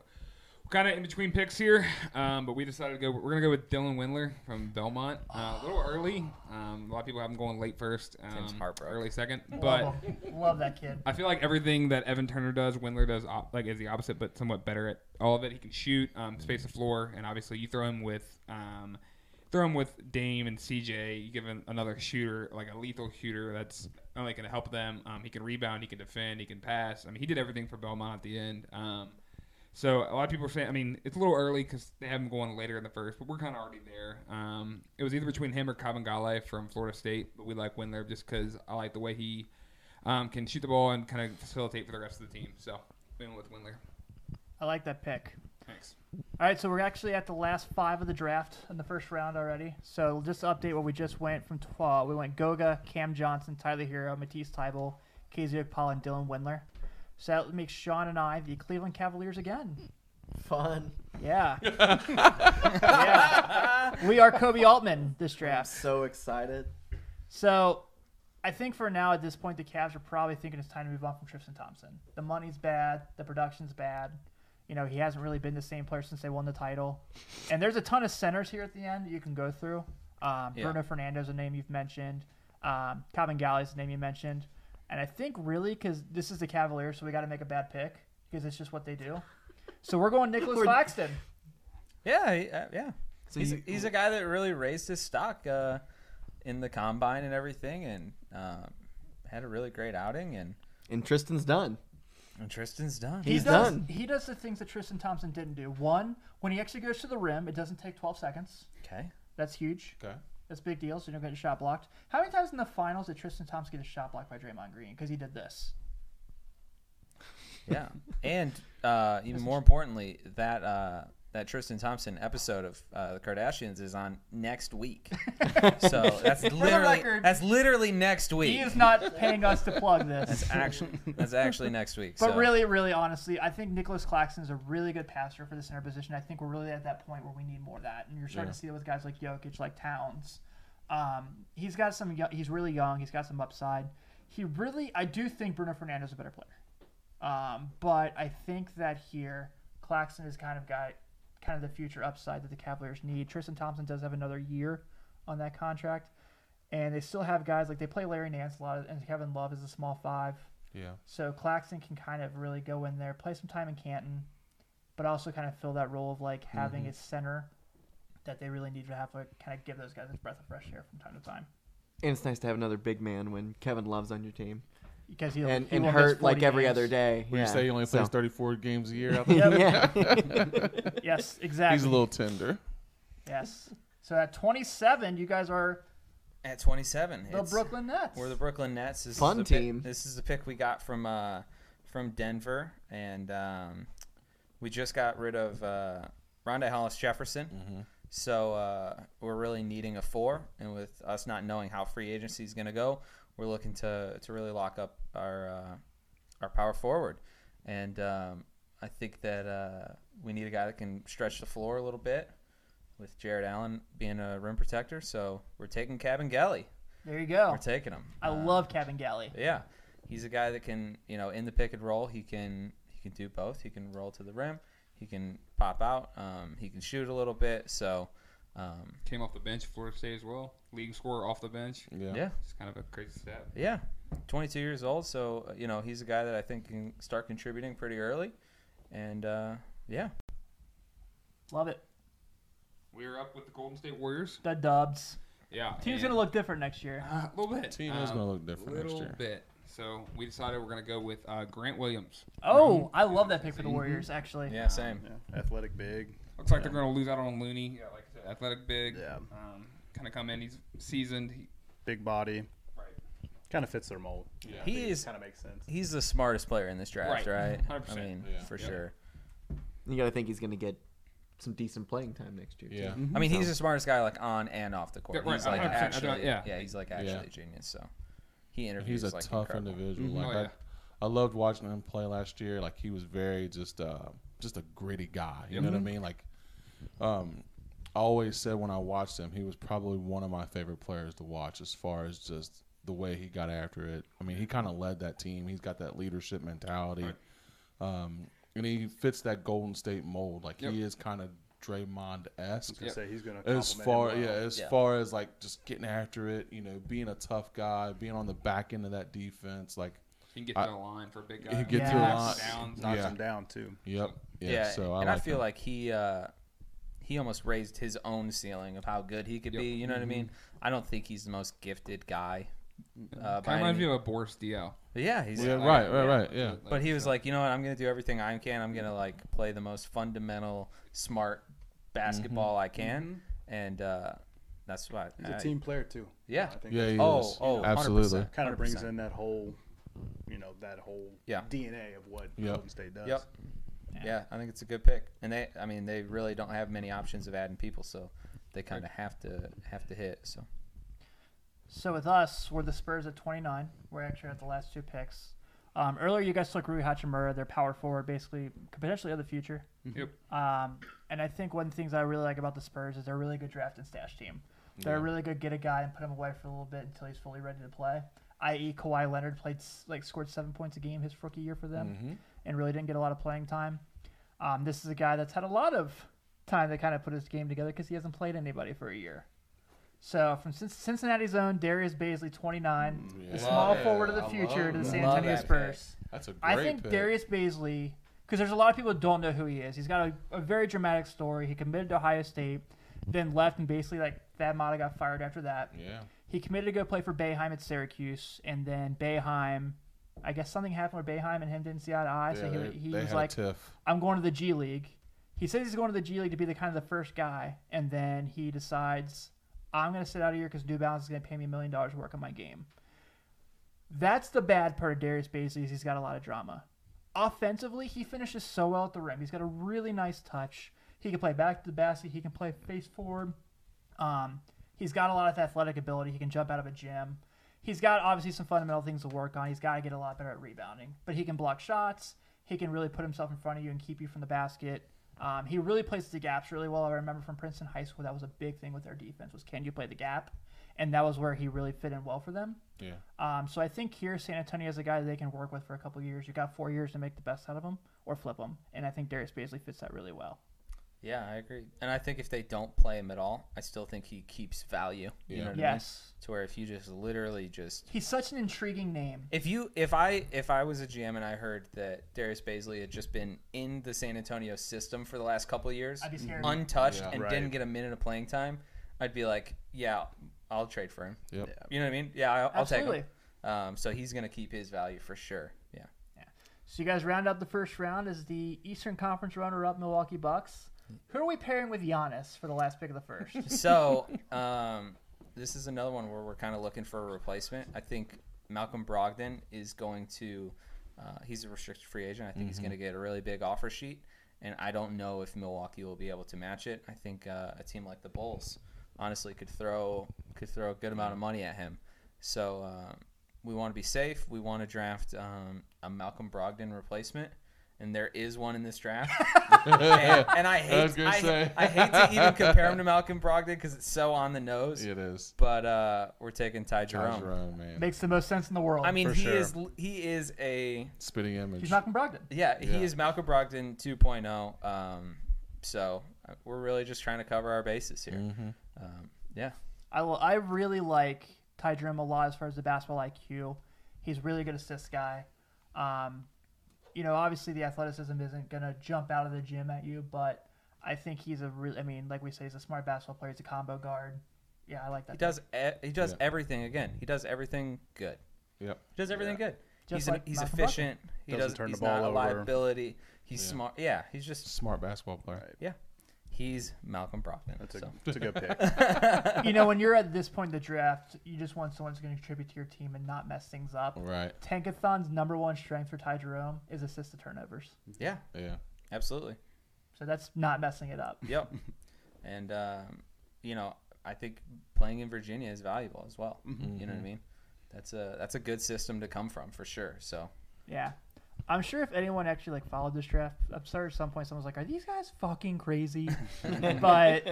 G: kind of in between picks here, um, but we decided to go. We're gonna go with Dylan Windler from Belmont. Uh, a little early. Um, a lot of people have him going late first,
D: Tim's
G: um,
D: heartbroken.
G: early second, but.
C: love, him. Love that kid.
G: I feel like everything that Evan Turner does, Windler does op- like is the opposite, but somewhat better at all of it. He can shoot, um, space the floor, and obviously you throw him with um, throw him with Dame and CJ. You give him another shooter, like a lethal shooter that's only going to help them. Um, he can rebound, he can defend, he can pass. I mean, he did everything for Belmont at the end. Um, so a lot of people are saying, I mean, it's a little early because they have him going later in the first, but we're kind of already there. Um, it was either between him or Kabangale from Florida State, but we like Windler just because I like the way he um, can shoot the ball and kind of facilitate for the rest of the team. So we went with Windler.
C: I like that pick.
G: Thanks.
C: All right, so we're actually at the last five of the draft in the first round already. So just to update what we just went from. tw- Uh, we went Goga, Cam Johnson, Tyler Hero, Matisse Tybel, Casey Paul, and Dylan Windler. So that makes Sean and I the Cleveland Cavaliers again.
F: Fun.
C: Yeah. yeah. We are Kobe Altman this
F: I'm
C: draft.
F: so excited.
C: So I think for now at this point the Cavs are probably thinking it's time to move on from Tristan Thompson. The money's bad, the production's bad. You know, he hasn't really been the same player since they won the title. And there's a ton of centers here at the end that you can go through. Um,
D: Yeah.
C: Bruno Fernando's a name you've mentioned. Um, Calvin Galley's a name you mentioned. And I think really because this is the Cavaliers, so we got to make a bad pick because it's just what they do. So we're going Nicholas
F: [laughs] We're-
C: Claxton.
D: Yeah, he, uh, yeah.
F: So
D: he's,
F: you-
D: he's a guy that really raised his stock uh, in the combine and everything, and um, had a really great outing. And,
F: And Tristan's done.
D: and Tristan's done.
C: He
F: He's
C: does,
F: done.
C: He does the things that Tristan Thompson didn't do. One, when he actually goes to the rim, it doesn't take 12 seconds.
D: okay.
C: That's huge.
E: Okay.
C: That's a big deal. So you don't get a shot blocked. How many times in the finals did Tristan Thompson get a shot blocked by Draymond Green because he did this?
D: Yeah,
C: [laughs]
D: and uh, even more importantly, that uh, that Tristan Thompson episode of uh, the Kardashians is on
C: [laughs]
D: next week. so that's literally
C: record,
D: that's literally next week.
C: He is not paying us to plug this.
D: That's actually that's actually next week.
C: [laughs] But
D: so.
C: really, really honestly, I think Nicholas Claxton is a really good passer for the center position. I think we're really at that point where we need more of that, and you're starting to see it with guys like Jokic, like Towns. Um, he's got some. yo- He's really young. He's got some upside. He really, I do think Bruno Fernandez is a better player. Um, but I think that here, Claxton is kind of got kind of the future upside that the Cavaliers need. Tristan Thompson does have another year on that contract, and they still have guys like they play Larry Nance a lot, and Kevin Love is a small five.
E: Yeah.
C: So Claxton can kind of really go in there, play some time in Canton, but also kind of fill that role of like having a center that they really need to have like kind of give those guys a breath of fresh air from time to time
F: And it's nice to have another big man when Kevin Love's on your team
C: because he'll
F: and
C: he
F: and
C: will miss
F: hurt like
C: 40
F: every
C: games.
F: other day.
E: Where
F: yeah.
E: you say he only plays
F: So-
E: 34 games a year.
F: [laughs]
E: Out there?
F: yeah.
C: [laughs] Yes, exactly.
E: He's a little tender.
C: yes. So at 27, you guys are
D: at 27,
C: the
D: it's-
C: Brooklyn Nets.
D: We're the Brooklyn Nets. This
F: Fun
D: is the pick-
F: team.
D: this is the pick we got from uh, from Denver, and um, we just got rid of uh, Rondé Hollis Jefferson. So uh, we're really needing a four, and with us not knowing how free agency is going to go, we're looking to to really lock up our uh, our power forward, and um, I think that uh, we need a guy that can stretch the floor a little bit. With Jared Allen being a rim protector, so we're taking Cabin Galley.
C: there you go.
D: We're uh, taking him.
C: I love Kevin Galley.
D: Yeah, he's a guy that can you know in the pick and roll he can he can do both. He can roll to the rim. He can pop out. Um, he can shoot a little bit. So um,
G: Came off the bench, at Florida State as well. Leading scorer off the bench.
E: Yeah.
D: yeah,
G: It's kind of a crazy stat.
D: yeah, 22 years old. So uh, you know he's a guy that I think can start contributing pretty early. And uh, yeah,
C: Love it.
G: We're up with the Golden State Warriors.
C: The Dubs.
G: Yeah.
C: Team's
G: and-
C: gonna look different next year.
G: Uh, a little bit.
E: Team is
G: Um,
E: gonna look different next
G: little
E: year.
G: bit. So we decided we're gonna go with uh, Grant Williams.
C: Oh, I love that pick for the Warriors. Actually,
D: yeah, same.
H: Yeah, athletic big.
G: Looks like they're gonna lose out on Looney. Yeah, like I said, athletic big.
H: Yeah.
G: Um, kind of come in. He's seasoned. He,
H: Big body.
G: right.
H: Kind of fits their mold.
D: He is
H: Kind of makes sense.
D: he's the smartest player in this draft,
G: Right.
D: right? I
G: 100%.
D: mean, for sure.
F: You got to think he's going to get some decent playing time next year. too.
E: Yeah.
D: I mean, he's the smartest guy, like on and off the court.
G: Yeah, right,
D: He's like
G: 100%. I don't-
D: actually,
G: yeah.
D: yeah. he's like actually a genius. So he interviews
E: He's a
D: like
E: tough
D: incredible.
E: individual. Like
G: Oh, yeah.
E: I, I loved watching him play last year. Like he was very just uh just a gritty guy. You
G: Mm-hmm.
E: know what I mean? Like um I always said when I watched him, he was probably one of my favorite players to watch as far as just the way he got after it. I mean, he kind of led that team. He's got that leadership mentality. Um and he fits that Golden State mold. Like he
G: Yep.
E: is kind of Draymond esque
H: Say he's gonna
E: as
H: compliment
E: far
H: him
E: yeah
H: well.
E: as
D: Yeah.
E: far as like just getting after it you know being a tough guy being on the back end of that defense like
G: He can get
E: I-
G: to the line for a big guy.
E: he could get
C: Yeah.
E: to a
C: Knocks
E: lot
G: downs,
H: knocks
E: yeah
H: him down too.
E: yep yeah,
D: Yeah,
E: so I
D: and I
E: like
D: feel
E: him.
D: like he uh, he almost raised his own ceiling of how good he could be. You know
G: Mm-hmm.
D: what I mean? I don't think he's the most gifted guy. Uh, by
G: Kind of
D: any
G: reminds me of a Boris Dio.
D: means. yeah, he's
E: yeah right right right yeah
D: But he was like, you know what? I'm gonna do everything I can. I'm gonna like play the most fundamental, smart basketball
E: Mm-hmm.
D: I can,
G: Mm-hmm.
D: and uh, that's why.
H: He's a
D: I-
H: team player too.
D: Yeah.
H: I think
E: yeah he
D: Oh,
E: is.
D: oh,
E: absolutely
D: 100%.
H: kind of brings
D: 100%.
H: in that whole, you know, that whole
D: Yeah.
H: DNA of what
E: Yep.
H: Golden State does.
D: Yep. Yeah, I think it's a good pick. And they, I mean, they really don't have many options of adding people, so they kind of have to have to hit. So
C: So with us, we're the Spurs at 29. We're actually at the last two picks. Um, earlier, you guys took Rui Hachimura, their power forward, basically potentially of the future.
E: Mm-hmm.
G: Yep.
C: Um, and I think one of the things I really like about the Spurs is they're a really good draft and stash team. They're a really good get a guy and put him away for a little bit until he's fully ready to play. I.e., Kawhi Leonard played s- like scored seven points a game his rookie year for them,
D: Mm-hmm.
C: and really didn't get a lot of playing time. Um, this is a guy that's had a lot of time to kind of put his game together because he hasn't played anybody for a year. So from Cin- Cincinnati's own Darius Baisley, 29, the small forward of the future to the San
D: Mm, Love
C: Antonio
D: that
C: Spurs.
E: that's a great
C: I think
E: pick.
C: Darius Baisley, because there's a lot of people who don't know who he is. He's got a, a very dramatic story. He committed to Ohio State, then left, and basically like Thad Mata got fired after that.
E: yeah
C: He committed to go play for Bayheim at Syracuse, and then Bayheim, I guess something happened where Bayheim and him didn't see eye to eye,
E: yeah,
C: so
E: they,
C: he, he
E: they
C: was
E: had
C: like,
E: a tiff
C: I'm going to the G League. He says he's going to the G League to be the kind of the first guy, and then he decides I'm going to sit out of here because New Balance is going to pay me a million dollars to work on my game. That's the bad part of Darius Baisley is he's got a lot of drama. offensively, he finishes so well at the rim. He's got a really nice touch. He can play back to the basket. He can play face forward. Um, he's got a lot of athletic ability. He can jump out of a gym. He's got obviously some fundamental things to work on. He's got to get a lot better at rebounding, but he can block shots. He can really put himself in front of you and keep you from the basket. Um, he really plays the gaps really well. I remember from Princeton High School, that was a big thing with their defense was can you play the gap, and that was where he really fit in well for them.
E: Yeah.
C: Um, so I think here San Antonio is a guy they can work with for a couple years. You got four years to make the best out of him or flip him, and I think Darius Baisley fits that really well.
D: Yeah, I agree. And I think if they don't play him at all, I still think he keeps value.
E: Yeah.
D: You know what I mean?
C: Yes,
D: To where if you just literally just
C: he's such an intriguing name.
D: if you if I if I was a GM and I heard that Darius Baisley had just been in the San Antonio system for the last couple of years,
C: I'd be scared.
D: untouched
E: Yeah.
D: and
A: Right.
D: didn't get a minute of playing time, I'd be like, yeah, I'll trade for him.
E: Yep.
D: You know what I mean? Yeah, I'll, I'll take
C: Absolutely.
D: him. Um, so he's gonna keep his value for sure. Yeah.
C: So you guys round up the first round as the Eastern Conference runner-up Milwaukee Bucks. Who are we pairing with Giannis for the last pick of the
D: [laughs]
C: first?
D: So um, this is another one where we're kind of looking for a replacement. I think Malcolm Brogdon is going to. Uh, he's a restricted free agent. I think he's
E: Mm-hmm.
D: going to get a really big offer sheet, and I don't know if Milwaukee will be able to match it. I think uh, a team like the Bulls, honestly, could throw could throw a good amount of money at him. So um, we want to be safe. We want to draft um, a Malcolm Brogdon replacement, and there is one in this draft.
E: [laughs]
D: and, and I hate
E: I was gonna
D: I-
E: say.
D: I hate to even compare him to Malcolm Brogdon because it's so on the nose.
E: It is.
D: But uh, we're taking Ty Jerome.
E: Jerome. Jerome,
C: [laughs]
E: man.
C: Makes the most sense in the world.
D: I mean,
E: For
D: he
E: sure.
D: is he is a
E: Spitting image.
C: he's Malcolm Brogdon.
D: yeah,
E: Yeah.
D: he is Malcolm Brogdon 2.0. Um, so uh, we're really just trying to cover our bases here. Um, yeah,
C: I will, I really like Ty Jerome a lot as far as the basketball IQ. He's really good assist guy. Um, you know, obviously the athleticism isn't gonna jump out of the gym at you, but I think he's a really. I mean, like we say, he's a smart basketball player. He's a combo guard. Yeah, I like that.
D: he does e- he does
E: Yeah.
D: everything again. He does everything good.
E: Yep.
D: He does everything good.
C: Just
D: he's an-
C: like
D: he's
C: Malcolm Brogdon.
D: efficient. He
A: Doesn't
D: does
A: turn the
D: he's
A: ball
D: not a
A: over.
D: liability. He's smart. Yeah, he's just
E: Smart basketball player.
D: yeah. He's Malcolm Brogdon.
A: That's a,
D: so.
A: that's a good pick.
C: You know,
D: [laughs]
C: when you're at this point in the draft, you just want someone who's going to contribute to your team and not mess things up.
E: [laughs] Right.
C: Tankathon's number one strength for Ty Jerome is assist to turnovers,
D: Yeah,
E: Yeah.
D: absolutely.
C: so that's not messing it up.
G: [laughs]
D: Yep. And um, you know, I think playing in Virginia is valuable as well.
G: Mm-hmm.
D: You know what I mean? That's a that's a good system to come from for sure. So
C: Yeah. I'm sure if anyone actually like followed this draft, I'm sure at some point someone's like, "Are these guys fucking [laughs] crazy?" but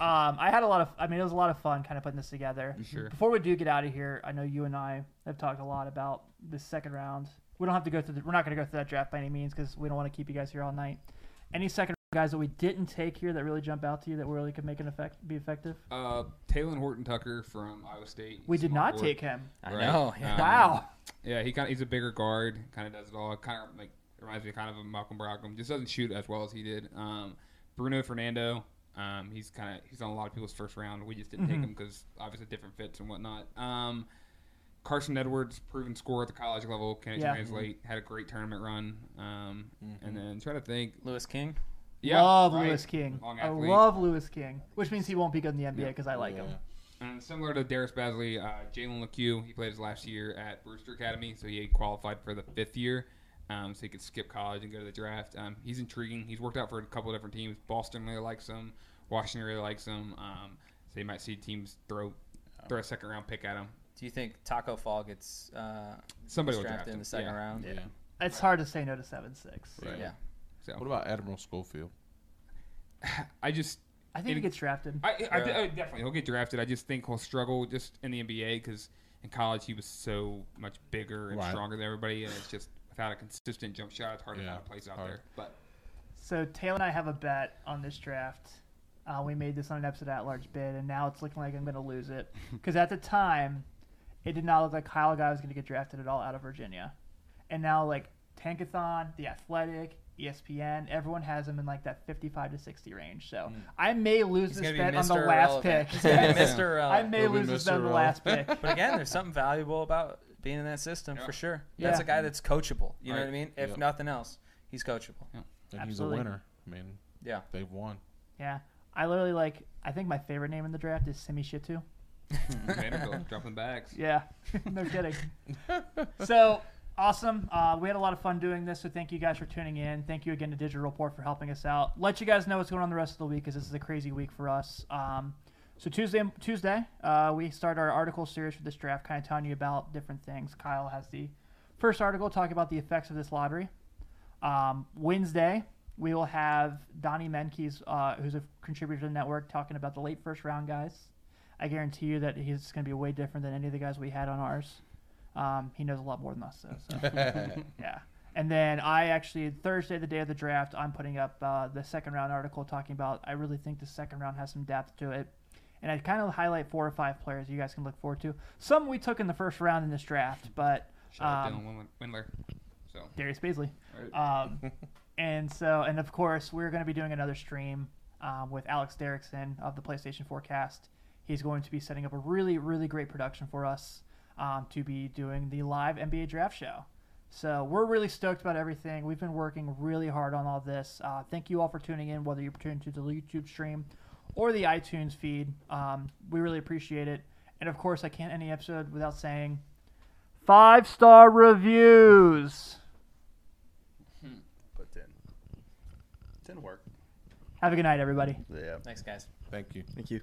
C: um, I had a lot of, I mean, it was a lot of fun kind of putting this together.
G: Sure.
C: Before we do get out of here, I know you and I have talked a lot about the second round. We don't have to go through. The, we're not going to go through that draft by any means because we don't want to keep you guys here all night. Any second guys that we didn't take here that really jump out to you that really could make an effect, be effective?
G: Uh, Taylon Horton Tucker from Iowa State.
C: We
G: He's
C: did
G: a small
C: not
G: forward.
C: take him.
D: I
G: Right.
D: know. [laughs] Yeah.
G: Um,
C: Wow.
G: Yeah, he kind of he's a bigger guard, kind of does it all. Kind of like reminds me kind of of Malcolm Brogdon. Just doesn't shoot as well as he did. Um, Bruno Fernando, um, he's kind of he's on a lot of people's first round. We just didn't
C: Mm-hmm.
G: take him because obviously different fits and whatnot. Um, Carson Edwards, proven scorer at the college level, can
C: Yeah.
G: translate. Had a great tournament run. Um, and then trying to think,
D: Lewis King.
G: yeah,
C: love
G: right,
C: Lewis King.
G: long
C: I
G: athlete.
C: love Lewis King, which means he won't be good in the NBA because I like him.
E: Yeah.
G: And Uh, similar to Darius Basley, uh, Jalen LeCue, he played his last year at Brewster Academy, so he qualified for the fifth year, um, so he could skip college and go to the draft. Um, he's intriguing. He's worked out for a couple of different teams. Boston really likes him. Washington really likes him. Um, so you might see teams throw throw a second round pick at him.
D: Do you think Taco Fall gets uh,
G: Somebody will draft
D: drafted in
G: him
D: the second
G: yeah.
D: round?
E: Yeah.
C: It's hard to say no to seven six.
E: Right.
D: Yeah.
E: What about Admiral Schofield?
G: I just
C: I think he
G: And-
C: gets drafted.
G: I, I, I- I definitely he'll get drafted. I just think he'll struggle just in the NBA because in college he was so much bigger and
E: Right.
G: stronger than everybody, and it's just without a consistent jump shot, it's hard to
E: Yeah,
G: find a place out
E: hard.
G: there. But
C: So Taylor and I have a bet on this draft. Uh, we made this on an episode at large bid, and now it's looking like I'm going to lose
E: [laughs]
C: it because at the time, it did not look like Kyle Guy was going to get drafted at all out of Virginia, and now like Tankathon, The Athletic, E ESPN, everyone has him in like that 55 to 60 range. So
E: Hmm.
C: I may lose
D: He's
C: this
D: gonna be
C: bet on the
D: Mr.
C: last
D: Irrelevant. He's
C: pick.
D: gonna
G: [laughs]
C: [laughs]
D: Uh, be Mr.
C: I
D: Irrelevant.
C: may
E: He'll be
C: lose this
E: Mr.
C: bet on the last pick.
D: But again, there's something valuable about being in that system for sure. That's
C: Yeah.
D: a guy that's coachable. You know
G: Right.
D: what I mean? If
E: Yep.
D: nothing else, he's coachable.
E: And
C: Absolutely.
E: he's a winner. I mean,
D: Yeah.
E: they've won.
C: Yeah, I literally like. I think my favorite name in the draft is Simi Shitu. [laughs]
G: Vanderbilt dropping bags.
C: Yeah, no kidding. so Awesome. Uh, we had a lot of fun doing this, so thank you guys for tuning in. Thank you again to Digital Report for helping us out. Let you guys know what's going on the rest of the week because this is a crazy week for us. Um, so Tuesday, Tuesday, uh, we start our article series for this draft, kind of telling you about different things. Kyle has the first article talking about the effects of this lottery. Um, Wednesday, we will have Donnie Menkes, uh, who's a contributor to the network, talking about the late first round guys. I guarantee you that he's going to be way different than any of the guys we had on ours. Um, he knows a lot more than us, though. So. yeah. And then I actually Thursday, the day of the draft, I'm putting up uh, the second round article talking about. I really think the second round has some depth to it, and I kind of highlight four or five players you guys can look forward to. Some we took in the first round in this draft, but
G: Shout
C: um,
G: out Dylan Win- Windler. So
C: Darius Baisley. Um, and so, and of course, we're going to be doing another stream um, with Alex Derrickson of the PlayStation Forecast. He's going to be setting up a really, really great production for us um, to be doing the live NBA draft show. So we're really stoked about everything. We've been working really hard on all this. Uh, thank you all for tuning in, whether you're tuning to the YouTube stream or the iTunes feed. Um, we really appreciate it. And of course, I can't end the episode without saying five star reviews.
I: But didn't. Didn't work.
C: Have a good night, everybody.
I: Yeah.
D: Thanks, guys.
E: Thank you.
F: Thank you.